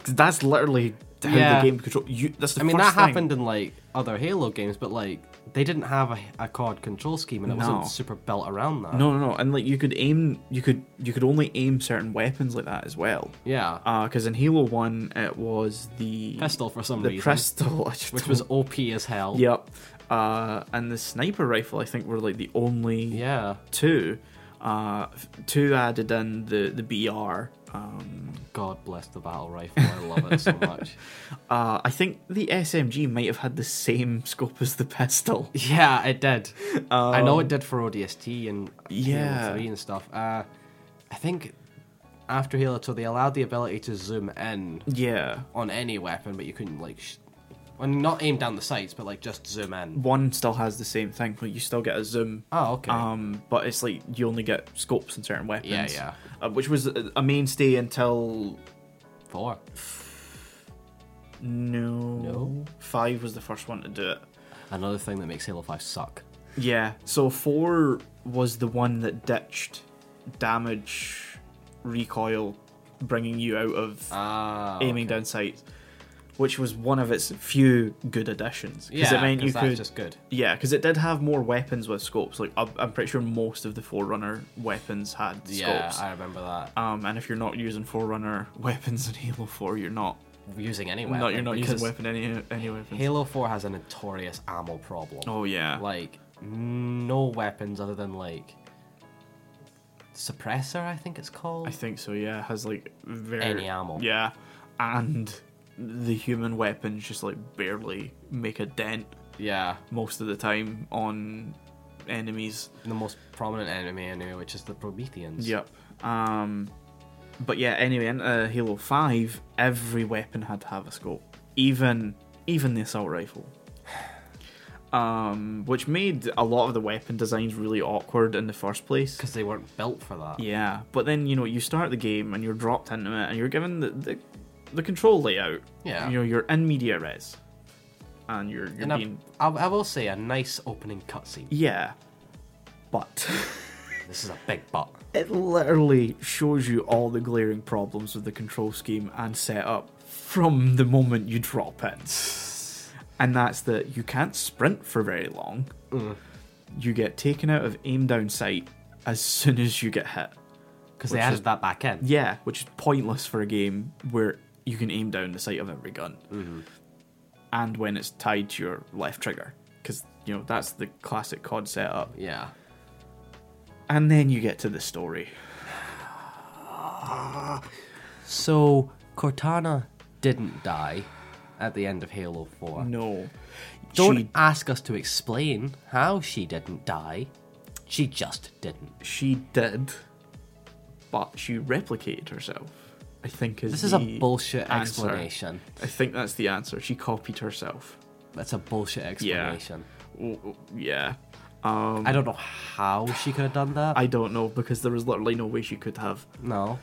[SPEAKER 2] That's literally how
[SPEAKER 3] Yeah.
[SPEAKER 2] the game control. You, that's the
[SPEAKER 3] I mean,
[SPEAKER 2] first
[SPEAKER 3] that
[SPEAKER 2] thing.
[SPEAKER 3] happened in like other Halo games, but like they didn't have a, a COD control scheme, and it
[SPEAKER 2] No.
[SPEAKER 3] wasn't super built around that.
[SPEAKER 2] No, no, no, and like you could aim, you could you could only aim certain weapons like that as well.
[SPEAKER 3] Yeah,
[SPEAKER 2] Because in Halo One, it was the
[SPEAKER 3] pistol for some
[SPEAKER 2] the
[SPEAKER 3] reason,
[SPEAKER 2] pistol, I just
[SPEAKER 3] which
[SPEAKER 2] don't-
[SPEAKER 3] was OP as hell.
[SPEAKER 2] yep, uh, and the sniper rifle. I think were like the only
[SPEAKER 3] Yeah.
[SPEAKER 2] two. Uh, f- two added in the the BR. Um,
[SPEAKER 3] God bless the battle rifle. I love it so much.
[SPEAKER 2] uh, I think the SMG might have had the same scope as the pistol.
[SPEAKER 3] Yeah, it did. I know it did for ODST and
[SPEAKER 2] Um, Yeah.
[SPEAKER 3] Halo 3 and stuff. Uh, I think after Halo 2, they allowed the ability to zoom in
[SPEAKER 2] Yeah,
[SPEAKER 3] on any weapon, but you couldn't, like, sh- well, not aim down the sights, but, like, just zoom in.
[SPEAKER 2] one still has the same thing, but you still get a zoom.
[SPEAKER 3] Oh, okay.
[SPEAKER 2] Um, but it's like you only get scopes and certain weapons.
[SPEAKER 3] Yeah, yeah.
[SPEAKER 2] Uh, which was a a mainstay until
[SPEAKER 3] Four.
[SPEAKER 2] no,
[SPEAKER 3] No.
[SPEAKER 2] five was the first one to do it.
[SPEAKER 3] Another thing that makes Halo 5 suck.
[SPEAKER 2] Yeah. So four was the one that ditched damage, recoil, bringing you out of
[SPEAKER 3] Ah.
[SPEAKER 2] aiming
[SPEAKER 3] okay.
[SPEAKER 2] down sights, which was one of its few good additions because
[SPEAKER 3] Yeah,
[SPEAKER 2] it meant you
[SPEAKER 3] 'cause that's
[SPEAKER 2] could.
[SPEAKER 3] just good.
[SPEAKER 2] Yeah, because it did have more weapons with scopes. Like I'm I'm pretty sure most of the Forerunner weapons had
[SPEAKER 3] Yeah,
[SPEAKER 2] scopes.
[SPEAKER 3] I remember that.
[SPEAKER 2] Um, and if you're not using Forerunner weapons in Halo Four, you're not.
[SPEAKER 3] Using any weapon.
[SPEAKER 2] Not you're not using
[SPEAKER 3] because
[SPEAKER 2] weapon any any weapons.
[SPEAKER 3] Halo 4 has a notorious ammo problem.
[SPEAKER 2] oh yeah.
[SPEAKER 3] like no weapons other than like suppressor i think it's called
[SPEAKER 2] I think so. Yeah, it has like very
[SPEAKER 3] Any ammo.
[SPEAKER 2] Yeah, and the human weapons just like barely make a dent
[SPEAKER 3] yeah
[SPEAKER 2] most of the time on enemies.
[SPEAKER 3] the most prominent enemy i knew which is the prometheans
[SPEAKER 2] Yep. Um, but yeah. Anyway, in uh, Halo Five, every weapon had to have a scope, even even the assault rifle. Um, which made a lot of the weapon designs really awkward in the first place.
[SPEAKER 3] because they weren't built for that
[SPEAKER 2] Yeah, but then you know you start the game and you're dropped into it and you're given the the, the control layout.
[SPEAKER 3] Yeah.
[SPEAKER 2] you know you're in media res, and you're you're
[SPEAKER 3] and I,
[SPEAKER 2] being
[SPEAKER 3] I, I will say a nice opening cutscene
[SPEAKER 2] yeah, but
[SPEAKER 3] this is a big but
[SPEAKER 2] it literally shows you all the glaring problems with the control scheme and setup from the moment you drop in, and that's that you can't sprint for very long. You get taken out of aim down sight as soon as you get hit.
[SPEAKER 3] because they
[SPEAKER 2] Which
[SPEAKER 3] added
[SPEAKER 2] is-
[SPEAKER 3] that back in
[SPEAKER 2] Yeah, which is pointless for a game where you can aim down the sight of every gun, and when it's tied to your left trigger, because you know that's the classic COD setup.
[SPEAKER 3] yeah
[SPEAKER 2] And then you get to the story.
[SPEAKER 3] so cortana didn't die at the end of halo 4
[SPEAKER 2] No,
[SPEAKER 3] don't
[SPEAKER 2] Mm, she
[SPEAKER 3] ask us to explain how she didn't die she just didn't
[SPEAKER 2] she did, but she replicated herself. I think is
[SPEAKER 3] This is a
[SPEAKER 2] the
[SPEAKER 3] bullshit
[SPEAKER 2] answer.
[SPEAKER 3] explanation.
[SPEAKER 2] I think that's the answer. She copied herself.
[SPEAKER 3] That's a bullshit explanation.
[SPEAKER 2] W- w- Yeah,
[SPEAKER 3] I don't know how she could have done that.
[SPEAKER 2] Um, I don't know because there was literally no way she could have.
[SPEAKER 3] no.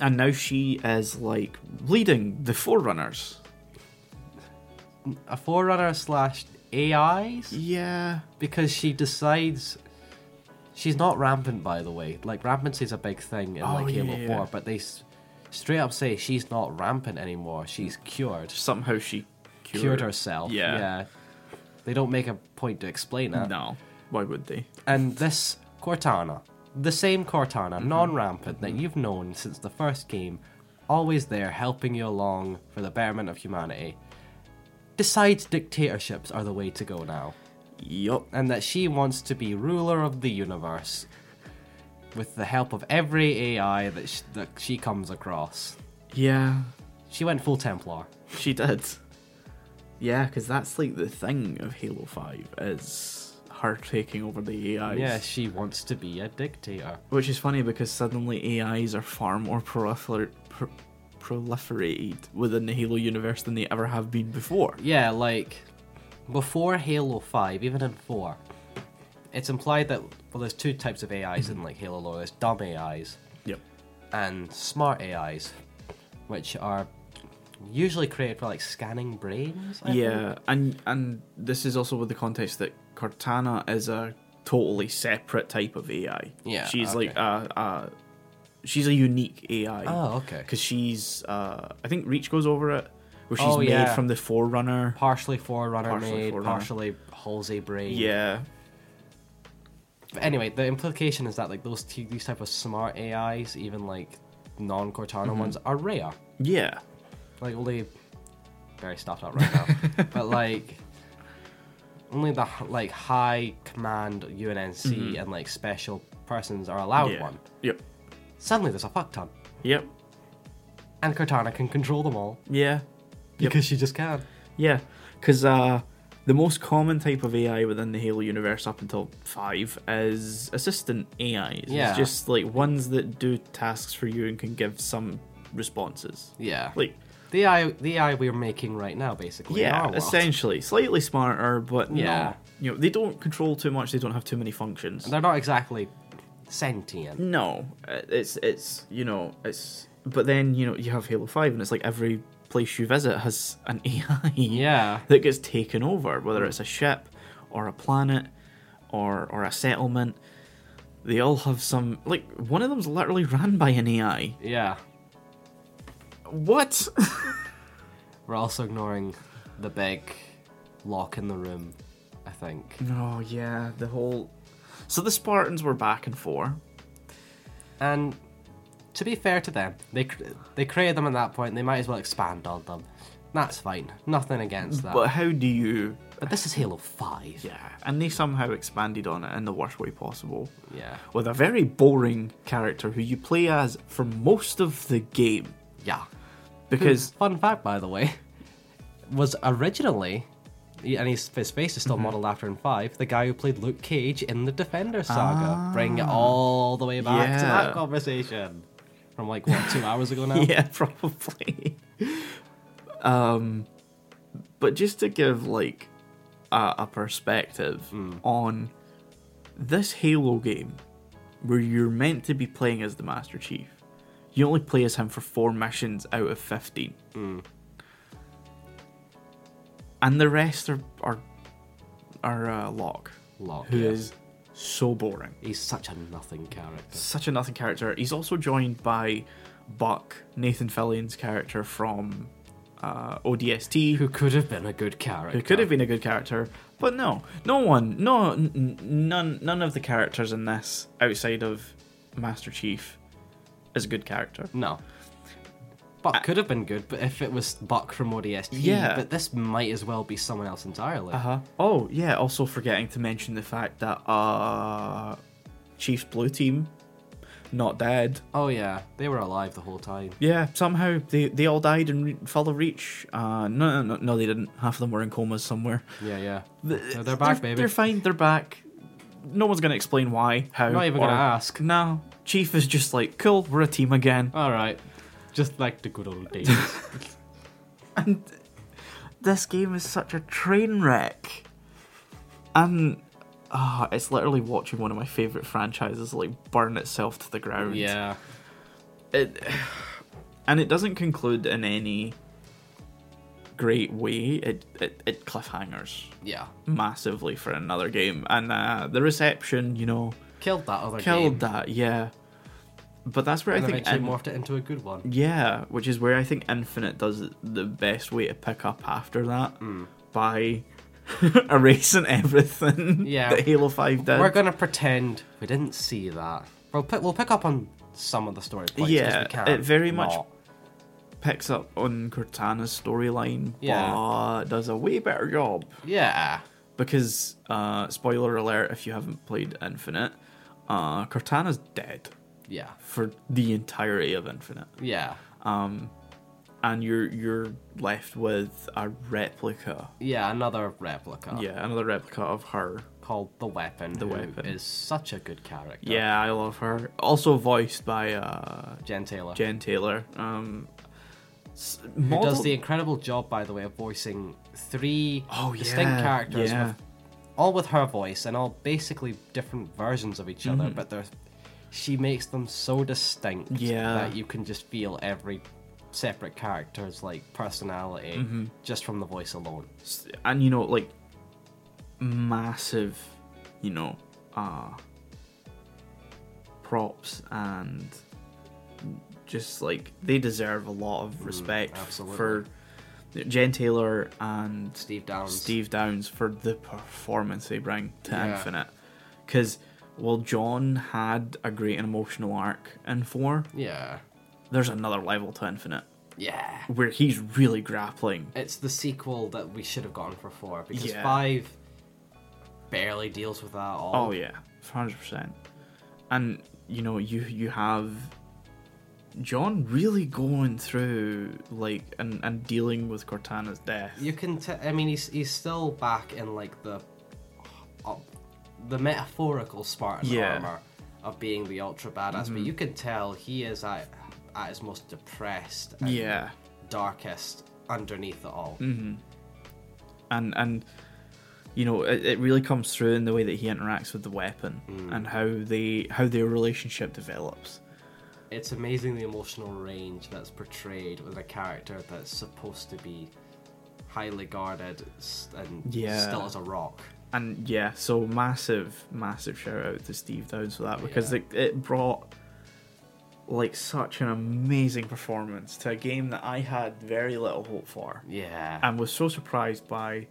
[SPEAKER 2] and now she is like leading the forerunners
[SPEAKER 3] A forerunner slash AIs?
[SPEAKER 2] yeah
[SPEAKER 3] Because she decides she's not rampant by the way. Like rampancy is a big thing in like
[SPEAKER 2] yeah,
[SPEAKER 3] Halo
[SPEAKER 2] Oh, yeah,
[SPEAKER 3] 4,
[SPEAKER 2] yeah.
[SPEAKER 3] but they s- straight up say she's not rampant anymore. She's cured.
[SPEAKER 2] somehow she
[SPEAKER 3] Cured,
[SPEAKER 2] cured,
[SPEAKER 3] herself.
[SPEAKER 2] Yeah.
[SPEAKER 3] yeah. They don't make a point to explain that.
[SPEAKER 2] no why would they
[SPEAKER 3] And this Cortana, the same Cortana, non rampant, that you've known since the first game, always there helping you along for the betterment of humanity, decides dictatorships are the way to go now.
[SPEAKER 2] yup
[SPEAKER 3] And that she wants to be ruler of the universe with the help of every AI that, sh- that she comes across.
[SPEAKER 2] yeah
[SPEAKER 3] She went full Templar.
[SPEAKER 2] she did yeah because that's like the thing of halo 5 is her taking over the ais
[SPEAKER 3] Yeah, she wants to be a dictator.
[SPEAKER 2] which is funny because suddenly ais are far more prolifer- pro- proliferated within the halo universe than they ever have been before
[SPEAKER 3] Yeah, like before Halo 5, even in 4, it's implied that well there's two types of AIs
[SPEAKER 2] Mm-hmm.
[SPEAKER 3] in like Halo lore. There's dumb AIs
[SPEAKER 2] yep
[SPEAKER 3] and smart AIs, which are usually created for like scanning brains. I think.
[SPEAKER 2] yeah and and this is also with the context that cortana is a totally separate type of AI.
[SPEAKER 3] Yeah,
[SPEAKER 2] she's like
[SPEAKER 3] okay.
[SPEAKER 2] a, a she's a unique AI.
[SPEAKER 3] Oh, okay.
[SPEAKER 2] Because she's uh, I think Reach goes over it, where she's
[SPEAKER 3] Oh,
[SPEAKER 2] made
[SPEAKER 3] yeah.
[SPEAKER 2] from the Forerunner.
[SPEAKER 3] Partially Forerunner
[SPEAKER 2] Partially
[SPEAKER 3] made,
[SPEAKER 2] Forerunner.
[SPEAKER 3] partially Halsey brain.
[SPEAKER 2] Yeah,
[SPEAKER 3] But anyway, the implication is that like those t- these type of smart AIs, even like non Cortana
[SPEAKER 2] Mm-hmm.
[SPEAKER 3] ones, are rare.
[SPEAKER 2] yeah.
[SPEAKER 3] Like only very stuffed up right now, but like only the h- like high command UNNC and like special persons are allowed
[SPEAKER 2] Mm-hmm. yeah.
[SPEAKER 3] one.
[SPEAKER 2] Yep.
[SPEAKER 3] Suddenly, there's a fuck ton,
[SPEAKER 2] Yep.
[SPEAKER 3] and Cortana can control them all
[SPEAKER 2] Yeah. Yep.
[SPEAKER 3] because she just can.
[SPEAKER 2] Yeah, because uh, the most common type of AI within the Halo universe up until five is assistant AIs.
[SPEAKER 3] Yeah.
[SPEAKER 2] It's just like ones that do tasks for you and can give some responses.
[SPEAKER 3] Yeah,
[SPEAKER 2] Like,
[SPEAKER 3] the AI the AI we're making right now, basically. in our
[SPEAKER 2] yeah,
[SPEAKER 3] world.
[SPEAKER 2] essentially, slightly smarter, but
[SPEAKER 3] Yeah.
[SPEAKER 2] yeah, you know, they don't control too much. They don't have too many functions.
[SPEAKER 3] They're not exactly sentient.
[SPEAKER 2] No, uh, it's it's you know it's but then you know you have Halo Five and it's like every place you visit has an AI.
[SPEAKER 3] Yeah.
[SPEAKER 2] that gets taken over, whether it's a ship or a planet or or a settlement. They all have some like one of them's literally ran by an AI.
[SPEAKER 3] Yeah.
[SPEAKER 2] What?
[SPEAKER 3] We're also ignoring the big lock in the room, I think.
[SPEAKER 2] oh yeah, the whole. So the Spartans were back and forth.
[SPEAKER 3] And to be fair to them, they cr- they created them at that point. They might as well expand on them. That's fine. Nothing against that.
[SPEAKER 2] But
[SPEAKER 3] But,
[SPEAKER 2] how do you?
[SPEAKER 3] this is Halo Five.
[SPEAKER 2] Yeah, and they somehow expanded on it in the worst way possible.
[SPEAKER 3] Yeah.
[SPEAKER 2] With a very boring character who you play as for most of the game.
[SPEAKER 3] Yeah.
[SPEAKER 2] Because
[SPEAKER 3] Fun fact, by the way, was originally. And his, his face is still
[SPEAKER 2] Mm-hmm.
[SPEAKER 3] modeled after in 5, the guy who played Luke Cage in the Defender saga. Bring it all the way back
[SPEAKER 2] Ah.
[SPEAKER 3] to
[SPEAKER 2] Yeah.
[SPEAKER 3] that conversation from like, what, two hours ago now?
[SPEAKER 2] Yeah, probably. um, but just to give like a, a perspective on this Halo game, where you're meant to be playing as the Master Chief, you only play as him for four missions out of fifteen, and the rest are are are uh, Locke,
[SPEAKER 3] Locke,
[SPEAKER 2] who is
[SPEAKER 3] yes.
[SPEAKER 2] so boring
[SPEAKER 3] He's such a nothing character.
[SPEAKER 2] such a nothing character. He's also joined by Buck, Nathan Fillion's character from uh, ODST, who,
[SPEAKER 3] Who could have been a good character.
[SPEAKER 2] who could have been a good character, but no, no one, no, n- n- none, none of the characters in this outside of Master Chief is a good character.
[SPEAKER 3] No. Buck could have been good, but if it was Buck from ODST,
[SPEAKER 2] Yeah.
[SPEAKER 3] but this might as well be someone else entirely.
[SPEAKER 2] Uh huh. Oh yeah. Also forgetting to mention the fact that uh, Chief's blue team not dead.
[SPEAKER 3] Oh yeah, they were alive the whole time.
[SPEAKER 2] Yeah, somehow they, they all died in Re- Fall of Reach. Uh, no, no, no, no, they didn't. Half of them were in comas somewhere.
[SPEAKER 3] Yeah, yeah. No, they're back,
[SPEAKER 2] Uh, they're,
[SPEAKER 3] baby.
[SPEAKER 2] They're fine. They're back. No one's gonna explain why, how.
[SPEAKER 3] Not even
[SPEAKER 2] or-
[SPEAKER 3] gonna ask.
[SPEAKER 2] No, Chief is just like, cool. We're a team again.
[SPEAKER 3] All right, just like the good old days.
[SPEAKER 2] And this game is such a train wreck. And ah, it's literally watching one of my favorite franchises like burn itself to the ground.
[SPEAKER 3] yeah,
[SPEAKER 2] it and it doesn't conclude in any great way it it, it cliffhangers
[SPEAKER 3] yeah.
[SPEAKER 2] massively for another game and uh, the reception you know
[SPEAKER 3] Killed that other
[SPEAKER 2] killed
[SPEAKER 3] game.
[SPEAKER 2] that yeah but that's where
[SPEAKER 3] And
[SPEAKER 2] i think
[SPEAKER 3] eventually
[SPEAKER 2] in-
[SPEAKER 3] morphed it into a good one.
[SPEAKER 2] yeah which is where i think infinite does it the best way to pick up after that
[SPEAKER 3] Hmm.
[SPEAKER 2] by erasing everything
[SPEAKER 3] Yeah.
[SPEAKER 2] that halo 5 did
[SPEAKER 3] We're gonna pretend we didn't see that. We'll pick, we'll pick up on some of the story points. 'cause
[SPEAKER 2] Yeah,
[SPEAKER 3] we can.
[SPEAKER 2] it very much-
[SPEAKER 3] not.
[SPEAKER 2] picks up on cortana's storyline
[SPEAKER 3] Yeah.
[SPEAKER 2] but does a way better job
[SPEAKER 3] Yeah.
[SPEAKER 2] because uh, spoiler alert if you haven't played Infinite, uh, Cortana's dead
[SPEAKER 3] Yeah.
[SPEAKER 2] for the entirety of Infinite,
[SPEAKER 3] Yeah.
[SPEAKER 2] and you're you're left with a replica.
[SPEAKER 3] Yeah, another replica.
[SPEAKER 2] Yeah, another replica of her.
[SPEAKER 3] Called The Weapon. The
[SPEAKER 2] Weapon.
[SPEAKER 3] is such a good character.
[SPEAKER 2] Yeah, I love her. Also voiced by uh,
[SPEAKER 3] Jen Taylor.
[SPEAKER 2] Jen Taylor. Um, s-
[SPEAKER 3] who
[SPEAKER 2] model-
[SPEAKER 3] does the incredible job, by the way, of voicing three
[SPEAKER 2] Oh,
[SPEAKER 3] distinct
[SPEAKER 2] yeah,
[SPEAKER 3] characters
[SPEAKER 2] yeah.
[SPEAKER 3] with all with her voice and all basically different versions of each
[SPEAKER 2] Mm-hmm.
[SPEAKER 3] other, but they're she makes them so distinct
[SPEAKER 2] Yeah.
[SPEAKER 3] that you can just feel every separate character's like personality
[SPEAKER 2] Mm-hmm.
[SPEAKER 3] just from the voice alone.
[SPEAKER 2] s- and you know like massive you know uh uh, props and just like they deserve a lot
[SPEAKER 3] Mm,
[SPEAKER 2] of respect
[SPEAKER 3] absolutely.
[SPEAKER 2] for Jen Taylor and
[SPEAKER 3] Steve Downs.
[SPEAKER 2] Steve Downs for the performance they bring to
[SPEAKER 3] Yeah.
[SPEAKER 2] Infinite. Because while John had a great emotional arc in four,
[SPEAKER 3] Yeah.
[SPEAKER 2] there's another level to Infinite
[SPEAKER 3] Yeah.
[SPEAKER 2] where he's really grappling.
[SPEAKER 3] It's the sequel that we should have gone for four because
[SPEAKER 2] Yeah.
[SPEAKER 3] five barely deals with that at all.
[SPEAKER 2] Oh yeah, hundred percent. And you know, you you have John really going through like and and dealing with Cortana's death.
[SPEAKER 3] You can. T- I mean, he's he's still back in like the uh, the metaphorical Spartan
[SPEAKER 2] Yeah. Mm-hmm.
[SPEAKER 3] armor of being the ultra badass, but you can tell he is at at his most depressed, and
[SPEAKER 2] Yeah, Mm.
[SPEAKER 3] darkest underneath it all.
[SPEAKER 2] and and you know, it, it really comes through in the way that he interacts with the weapon and how they how their relationship develops.
[SPEAKER 3] It's amazing the emotional range that's portrayed with a character that's supposed to be highly guarded s- and
[SPEAKER 2] Yeah.
[SPEAKER 3] still as a rock.
[SPEAKER 2] And yeah, so massive, massive shout out to Steve Downs for that because
[SPEAKER 3] Yeah.
[SPEAKER 2] it, it brought like such an amazing performance to a game that I had very little hope for
[SPEAKER 3] Yeah.
[SPEAKER 2] and was so surprised by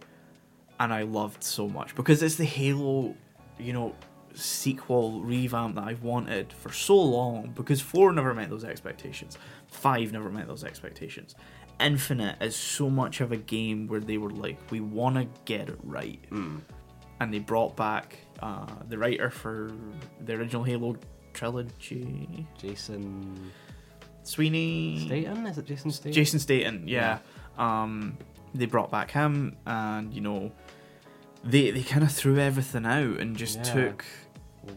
[SPEAKER 2] and I loved so much because it's the Halo, you know, sequel revamp that I've wanted for so long because 4 never met those expectations. 5 never met those expectations. Infinite is so much of a game where they were like we want to get it right. And they brought back uh, the writer for the original Halo trilogy,
[SPEAKER 3] Jason
[SPEAKER 2] Sweeney.
[SPEAKER 3] Statham? Is it Mm. Jason Statham?
[SPEAKER 2] Jason Statham, yeah. Um, they brought back him, and you know, they they kind of threw everything out and just
[SPEAKER 3] Yeah.
[SPEAKER 2] took,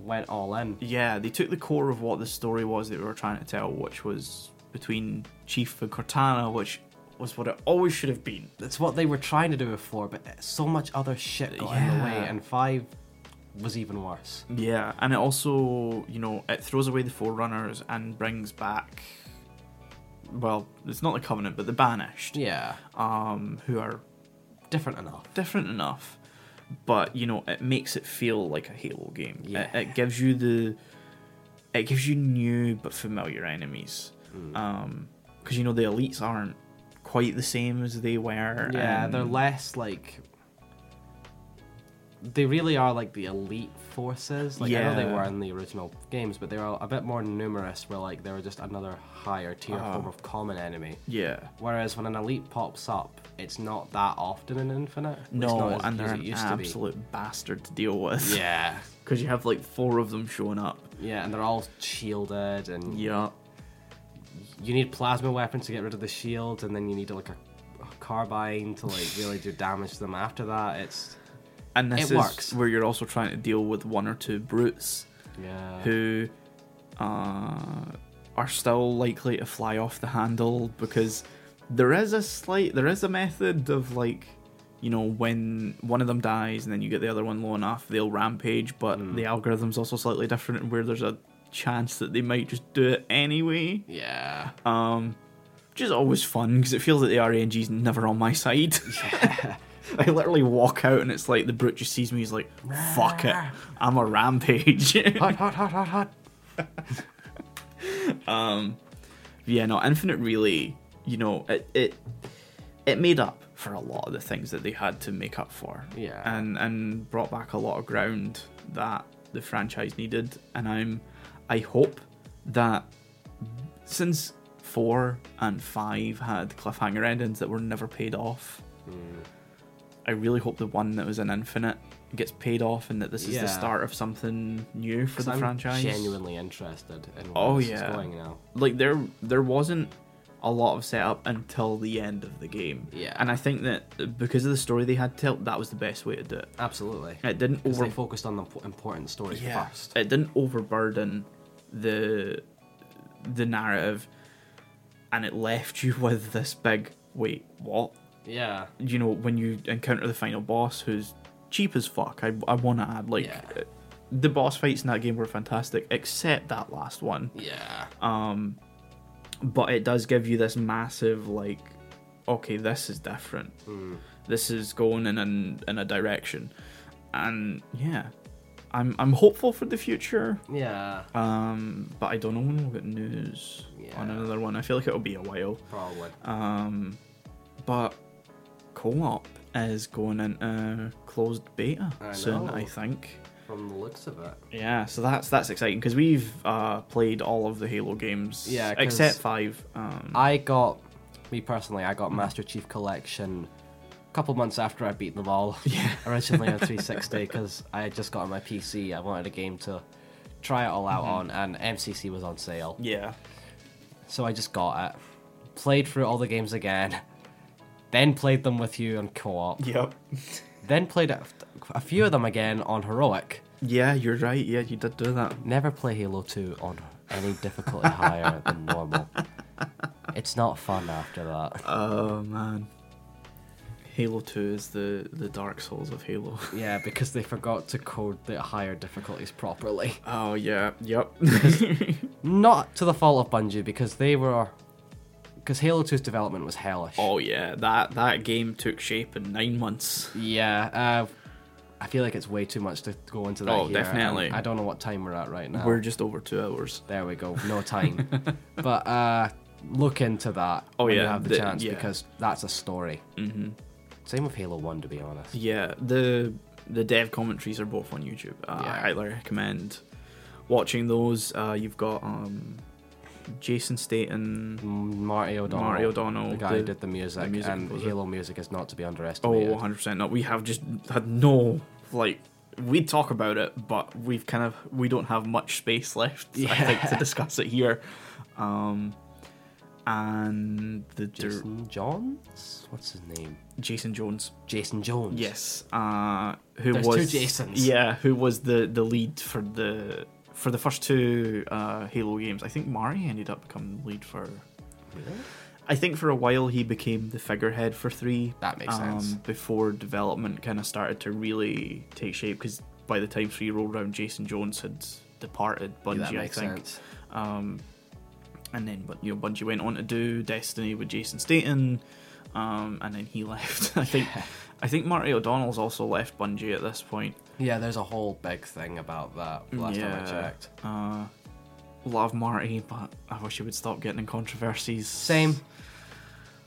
[SPEAKER 3] went all in.
[SPEAKER 2] yeah, they took the core of what the story was that we were trying to tell, which was between Chief and Cortana, which was what it always should have been.
[SPEAKER 3] That's what they were trying to do before, but so much other shit got in the way,
[SPEAKER 2] Yeah.
[SPEAKER 3] and five was even worse.
[SPEAKER 2] Yeah, and it also, you know, it throws away the Forerunners and brings back, well, it's not the Covenant, but the Banished,
[SPEAKER 3] Yeah,
[SPEAKER 2] um, who are
[SPEAKER 3] Uh, different enough.
[SPEAKER 2] different enough, but you know, it makes it feel like a Halo game. It-
[SPEAKER 3] Yeah.
[SPEAKER 2] It, gives you the, it gives you new but familiar enemies,
[SPEAKER 3] Mm.
[SPEAKER 2] Um 'cause because you know the elites aren't quite the same as they were.
[SPEAKER 3] Yeah,
[SPEAKER 2] and-
[SPEAKER 3] they're less like. They really are like the elite forces. Like I know they
[SPEAKER 2] Yeah.
[SPEAKER 3] were in the original games, but they were a bit more numerous. Where like they were just another higher tier
[SPEAKER 2] Uh-huh.
[SPEAKER 3] form of common enemy.
[SPEAKER 2] yeah.
[SPEAKER 3] Whereas when an elite pops up, it's not that often in Infinite. At least
[SPEAKER 2] No,
[SPEAKER 3] not as
[SPEAKER 2] and
[SPEAKER 3] few
[SPEAKER 2] they're
[SPEAKER 3] as it
[SPEAKER 2] an
[SPEAKER 3] used to be.
[SPEAKER 2] absolute bastard to deal with.
[SPEAKER 3] Yeah,
[SPEAKER 2] because you have like four of them showing up.
[SPEAKER 3] yeah, and they're all shielded, and
[SPEAKER 2] Yeah,
[SPEAKER 3] you need plasma weapons to get rid of the shield, and then you need like a, a carbine to like really do damage to them. After that, it's
[SPEAKER 2] and this
[SPEAKER 3] It
[SPEAKER 2] is
[SPEAKER 3] works.
[SPEAKER 2] where you're also trying to deal with one or two brutes
[SPEAKER 3] yeah,
[SPEAKER 2] who uh, are still likely to fly off the handle because there is a slight there is a method of like you know when one of them dies and then you get the other one low enough they'll rampage but the algorithm's also slightly different where there's a chance that they might just do it anyway
[SPEAKER 3] yeah.
[SPEAKER 2] which is always fun because it feels like the RNG's never on my side I literally walk out and it's like the brute just sees me he's like fuck it I'm a rampage
[SPEAKER 3] hot, hot, hot, hot, hot.
[SPEAKER 2] yeah, no, Infinite really, you know, it it it made up for a lot of the things that they had to make up for.
[SPEAKER 3] Yeah.
[SPEAKER 2] And and brought back a lot of ground that the franchise needed. And I'm I hope that since four and five had cliffhanger endings that were never paid off,
[SPEAKER 3] Mm.
[SPEAKER 2] I really hope the one that was in Infinite gets paid off and that this is
[SPEAKER 3] Yeah.
[SPEAKER 2] the start of something new for
[SPEAKER 3] 'Cause
[SPEAKER 2] the
[SPEAKER 3] I'm
[SPEAKER 2] franchise
[SPEAKER 3] genuinely interested in where
[SPEAKER 2] Oh,
[SPEAKER 3] this
[SPEAKER 2] yeah.
[SPEAKER 3] is going now.
[SPEAKER 2] like there there wasn't a lot of setup until the end of the game.
[SPEAKER 3] Yeah.
[SPEAKER 2] And I think that because of the story they had to tell, that was the best way to do it.
[SPEAKER 3] Absolutely,
[SPEAKER 2] It didn't
[SPEAKER 3] 'Cause
[SPEAKER 2] over
[SPEAKER 3] they focused on the imp- important stories first.
[SPEAKER 2] It didn't overburden the the narrative and it left you with this big wait, what?
[SPEAKER 3] yeah,
[SPEAKER 2] You know, when you encounter the final boss who's cheap as fuck, I, I wanna add like
[SPEAKER 3] Yeah.
[SPEAKER 2] the boss fights in that game were fantastic, except that last one.
[SPEAKER 3] yeah,
[SPEAKER 2] Uh, but it does give you this massive like okay this is different
[SPEAKER 3] Hmm.
[SPEAKER 2] this is going in an, in a direction and yeah I'm I'm hopeful for the future,
[SPEAKER 3] Yeah,
[SPEAKER 2] um, but I don't know when we'll get news on
[SPEAKER 3] Yeah.
[SPEAKER 2] another one. I feel like it'll be a while.
[SPEAKER 3] probably.
[SPEAKER 2] Um, but co-op is going into closed beta
[SPEAKER 3] I
[SPEAKER 2] soon,
[SPEAKER 3] know.
[SPEAKER 2] I think.
[SPEAKER 3] From the looks of it.
[SPEAKER 2] Yeah, so that's that's exciting because we've uh, played all of the Halo games,
[SPEAKER 3] Yeah, 'cause-
[SPEAKER 2] except five. Um,
[SPEAKER 3] I got, me personally, I got Master Chief Collection a couple months after I beat them all yeah. originally on 360 because I had just got on my PC. I wanted a game to try it all out on, and MCC was on sale.
[SPEAKER 2] yeah,
[SPEAKER 3] So I just got it, played through all the games again, then played them with you on co op,
[SPEAKER 2] yep,
[SPEAKER 3] then played a, a few of them again on Heroic.
[SPEAKER 2] yeah. You're right. Yeah, you did do that.
[SPEAKER 3] Never play Halo 2 on any difficulty higher than normal. It's not fun after that.
[SPEAKER 2] Oh man, Halo Two is the the Dark Souls of Halo.
[SPEAKER 3] Yeah, because they forgot to code the higher difficulties properly.
[SPEAKER 2] Oh yeah, yep.
[SPEAKER 3] Not to the fault of Bungie, because they were. Because Halo 2's development was hellish.
[SPEAKER 2] oh yeah, that that game took shape in nine months.
[SPEAKER 3] Yeah, uh, I feel like it's way too much to go into that
[SPEAKER 2] Oh,
[SPEAKER 3] here, and
[SPEAKER 2] definitely.
[SPEAKER 3] I don't know what time we're at right now.
[SPEAKER 2] We're just over two hours.
[SPEAKER 3] There we go, no time. but uh, look into that
[SPEAKER 2] Oh,
[SPEAKER 3] when you
[SPEAKER 2] yeah,
[SPEAKER 3] have the,
[SPEAKER 2] the-
[SPEAKER 3] chance,
[SPEAKER 2] yeah.
[SPEAKER 3] because that's a story. Mm-hmm. Same with Halo 1, to be honest.
[SPEAKER 2] Yeah, the the dev commentaries are both on YouTube. Uh,
[SPEAKER 3] Yeah.
[SPEAKER 2] I highly recommend watching those. Uh, you've got um, Jason Statham.
[SPEAKER 3] M- Marty O'Donnell.
[SPEAKER 2] Marty O'Donnell,
[SPEAKER 3] The guy who
[SPEAKER 2] the-
[SPEAKER 3] did the music,
[SPEAKER 2] the music
[SPEAKER 3] and
[SPEAKER 2] composer.
[SPEAKER 3] Halo music is not to be
[SPEAKER 2] Oh,
[SPEAKER 3] underestimated.
[SPEAKER 2] 100 percent. No, we have just had no like. We talk about it, but we've kind of we don't have much space left. I think to discuss it here. Um, and the dir- Jason,
[SPEAKER 3] Jason Johns? What's his name?
[SPEAKER 2] Jones,
[SPEAKER 3] Jason Jones.
[SPEAKER 2] yes, uh, who
[SPEAKER 3] There's two
[SPEAKER 2] was
[SPEAKER 3] Jasons.
[SPEAKER 2] Yeah, who was the the lead for the for the first two uh, Halo games? I think Mari ended up becoming the lead for.
[SPEAKER 3] Really?
[SPEAKER 2] I think for a while he became the figurehead for three.
[SPEAKER 3] That makes
[SPEAKER 2] Um,
[SPEAKER 3] sense.
[SPEAKER 2] Before development kind of started to really take shape, because by the time three rolled around, Jason Jones had departed Bungie, I
[SPEAKER 3] that makes
[SPEAKER 2] think.
[SPEAKER 3] sense.
[SPEAKER 2] Um, and then, but you know, Bungie went on to do Destiny with Jason Statham, um, and then he left. I think, I think Marty O'Donnell's also left Bungie at this point.
[SPEAKER 3] Yeah, there's a whole big thing about that last time I checked.
[SPEAKER 2] Uh, love Marty, but I wish he would stop getting in controversies.
[SPEAKER 3] Same.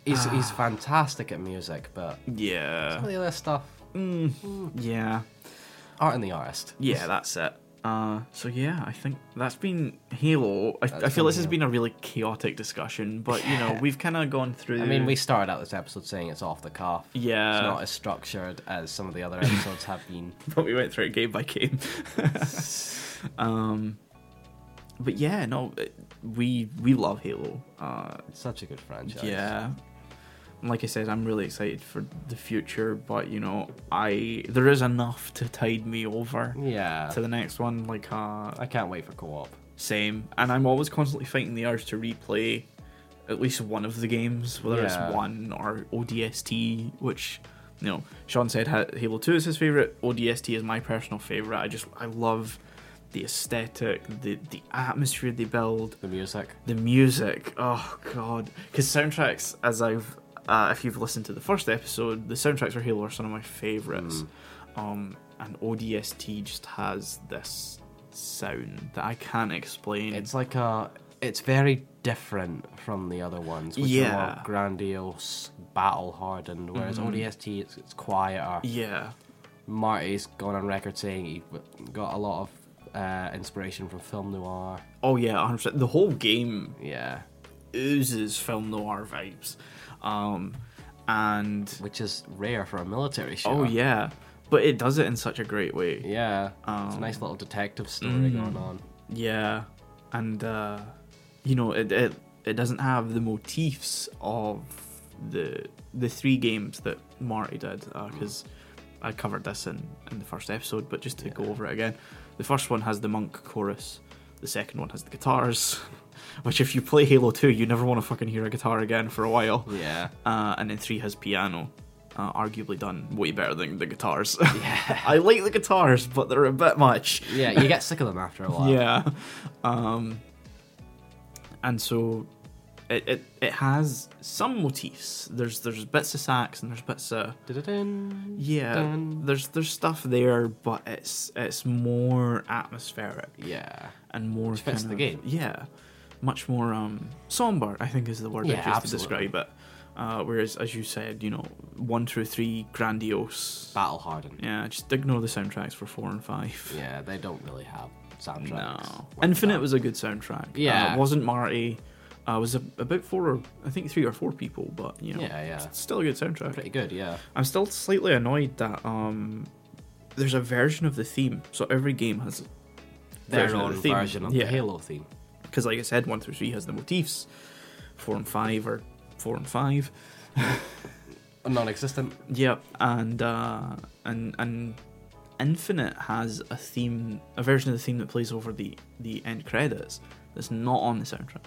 [SPEAKER 3] He's, he's fantastic at music, but
[SPEAKER 2] Ah. Yeah.
[SPEAKER 3] all the other stuff,
[SPEAKER 2] Yeah.
[SPEAKER 3] art and the artist.
[SPEAKER 2] Yeah, that's it. Uh, so yeah, I think that's been Halo. I, I feel
[SPEAKER 3] been
[SPEAKER 2] this has
[SPEAKER 3] Halo.
[SPEAKER 2] been a really chaotic discussion, but you know we've kind of gone through.
[SPEAKER 3] I mean, we started out this episode saying it's off the cuff.
[SPEAKER 2] Yeah.
[SPEAKER 3] It's not as structured as some of the other episodes have been.
[SPEAKER 2] but we went through it game by game. um, but yeah, no, it- we we love Halo. Uh,
[SPEAKER 3] It's such a good franchise.
[SPEAKER 2] yeah. And Like I said, I'm really excited for the future, but you know, I there is enough to tide me over
[SPEAKER 3] Yeah.
[SPEAKER 2] to the next one. Like, uh,
[SPEAKER 3] I can't wait for co op.
[SPEAKER 2] Same. And I'm always constantly fighting the urge to replay at least one of the games, whether
[SPEAKER 3] Yeah.
[SPEAKER 2] it's one or ODST, which you know, Sean said Ha- Halo 2 is his favorite. ODST is my personal favorite. I just I love the aesthetic, the the atmosphere they build,
[SPEAKER 3] The music.
[SPEAKER 2] the music. Oh god, because soundtracks, as I've uh, if you've listened to the first episode, the soundtracks for Halo are some of my favorites. Um, and ODST just has this sound that I can't explain.
[SPEAKER 3] It's like a. It's very different from the other ones, which are
[SPEAKER 2] Yeah. Mm-hmm.
[SPEAKER 3] more grandiose, battle hardened, whereas ODST it's, it's quieter.
[SPEAKER 2] yeah,
[SPEAKER 3] Marty's gone on record saying he w- got a lot of uh, inspiration from film noir.
[SPEAKER 2] oh yeah, 100%. The whole game
[SPEAKER 3] Yeah,
[SPEAKER 2] oozes film noir vibes, um, and
[SPEAKER 3] which is rare for a military show.
[SPEAKER 2] oh yeah, but it does it in such a great way.
[SPEAKER 3] yeah. it's a
[SPEAKER 2] Um,
[SPEAKER 3] nice little detective story
[SPEAKER 2] mm.
[SPEAKER 3] going on.
[SPEAKER 2] Yeah, and uh, you know it, it it doesn't have the motifs of the the three games that Marty did because I covered this in in the first episode, but just to go over it again, the first one has the monk chorus, the second one has the guitars, which if you play Halo Two, you never want to fucking hear a guitar again for a while.
[SPEAKER 3] Yeah,
[SPEAKER 2] Uh, and then three has piano. Uh, arguably done way better than the guitars. I like the guitars, but they're a bit much.
[SPEAKER 3] yeah. You get sick of them after a while.
[SPEAKER 2] Yeah. Um, and so It, it it has some motifs. There's there's bits of sax and there's bits of
[SPEAKER 3] Du-du-dun.
[SPEAKER 2] yeah.
[SPEAKER 3] Dun.
[SPEAKER 2] There's there's stuff there, but it's it's more atmospheric
[SPEAKER 3] Yeah.
[SPEAKER 2] and more
[SPEAKER 3] fits
[SPEAKER 2] kind
[SPEAKER 3] the
[SPEAKER 2] of-
[SPEAKER 3] game.
[SPEAKER 2] Yeah, much more um, somber. I think is the word
[SPEAKER 3] Yeah,
[SPEAKER 2] I choose
[SPEAKER 3] absolutely.
[SPEAKER 2] to describe it. Uh, whereas, as you said, you know, one through three, grandiose.
[SPEAKER 3] Battle hardened. Yeah.
[SPEAKER 2] Yeah, just ignore the soundtracks for four and five.
[SPEAKER 3] they don't really have soundtracks.
[SPEAKER 2] No,
[SPEAKER 3] like
[SPEAKER 2] Infinite
[SPEAKER 3] that.
[SPEAKER 2] was a good soundtrack.
[SPEAKER 3] Yeah.
[SPEAKER 2] uh, it wasn't Marty. Uh, it was a, about four, or, I think three or four people, but you know,
[SPEAKER 3] Yeah, yeah.
[SPEAKER 2] it's still a good soundtrack.
[SPEAKER 3] pretty good. Yeah.
[SPEAKER 2] I'm still slightly annoyed that um, there's a version of the theme. So every game has
[SPEAKER 3] Their
[SPEAKER 2] Version of
[SPEAKER 3] own
[SPEAKER 2] the theme.
[SPEAKER 3] version of
[SPEAKER 2] Yeah.
[SPEAKER 3] the Halo theme.
[SPEAKER 2] because like I said, one through three has the motifs. Four and five are four and five.
[SPEAKER 3] Non-existent.
[SPEAKER 2] Yep, and uh, and and Infinite has a theme, a version of the theme that plays over the the end credits that's not on the soundtrack,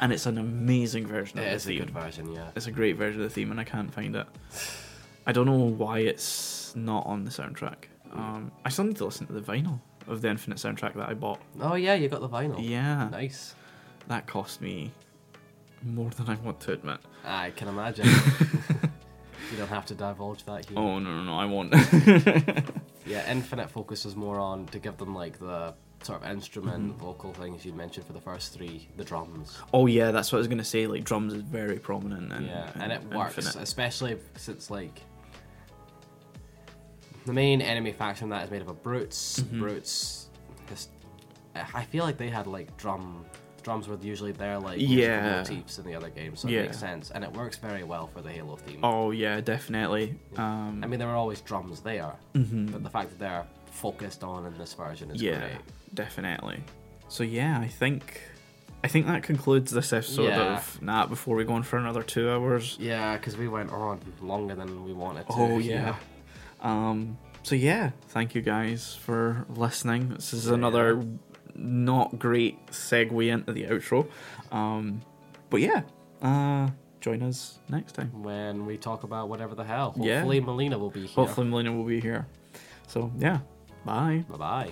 [SPEAKER 2] and it's an amazing version.
[SPEAKER 3] It
[SPEAKER 2] of
[SPEAKER 3] is
[SPEAKER 2] the
[SPEAKER 3] a
[SPEAKER 2] theme.
[SPEAKER 3] good version. Yeah.
[SPEAKER 2] It's a great version of the theme, and I can't find it. I don't know why it's not on the soundtrack. Um, I still need to listen to the vinyl of the Infinite soundtrack that I bought.
[SPEAKER 3] Oh yeah, you got the vinyl.
[SPEAKER 2] Yeah,
[SPEAKER 3] Nice.
[SPEAKER 2] that cost me more than I want to admit.
[SPEAKER 3] I can imagine. you don't have to divulge that here.
[SPEAKER 2] Oh no, no, no I won't.
[SPEAKER 3] Yeah, Infinite focuses more on to give them like the sort of instrument
[SPEAKER 2] Mm-hmm.
[SPEAKER 3] vocal things you mentioned for the first three, the drums.
[SPEAKER 2] Oh yeah, that's what I was gonna say. Like drums is very prominent, and
[SPEAKER 3] yeah, and it works,
[SPEAKER 2] Infinite.
[SPEAKER 3] especially since like the main enemy faction that is made up of brutes.
[SPEAKER 2] Mm-hmm.
[SPEAKER 3] Brutes, just, I feel like they had like drum. Drums were usually their like musical
[SPEAKER 2] Yeah.
[SPEAKER 3] motifs in the other games, so
[SPEAKER 2] Yeah.
[SPEAKER 3] it makes sense, and it works very well for the Halo theme.
[SPEAKER 2] Oh yeah, definitely. Um, mm-hmm.
[SPEAKER 3] I mean, there were always drums there, but the fact that they're focused on in this version is
[SPEAKER 2] yeah,
[SPEAKER 3] great.
[SPEAKER 2] definitely. So yeah, I think, I think that concludes this episode
[SPEAKER 3] Yeah.
[SPEAKER 2] of Nat. Before we go on for another two hours.
[SPEAKER 3] Yeah, because we went on longer than we wanted to.
[SPEAKER 2] Oh yeah. Um. So yeah, thank you guys for listening. This is another not great segue into the outro. Um. But yeah. Uh. Join us next time.
[SPEAKER 3] When we talk about whatever the hell.
[SPEAKER 2] Yeah.
[SPEAKER 3] Hopefully, Melina will be here.
[SPEAKER 2] Hopefully, Melina will be here. So, yeah. Bye.
[SPEAKER 3] Bye bye.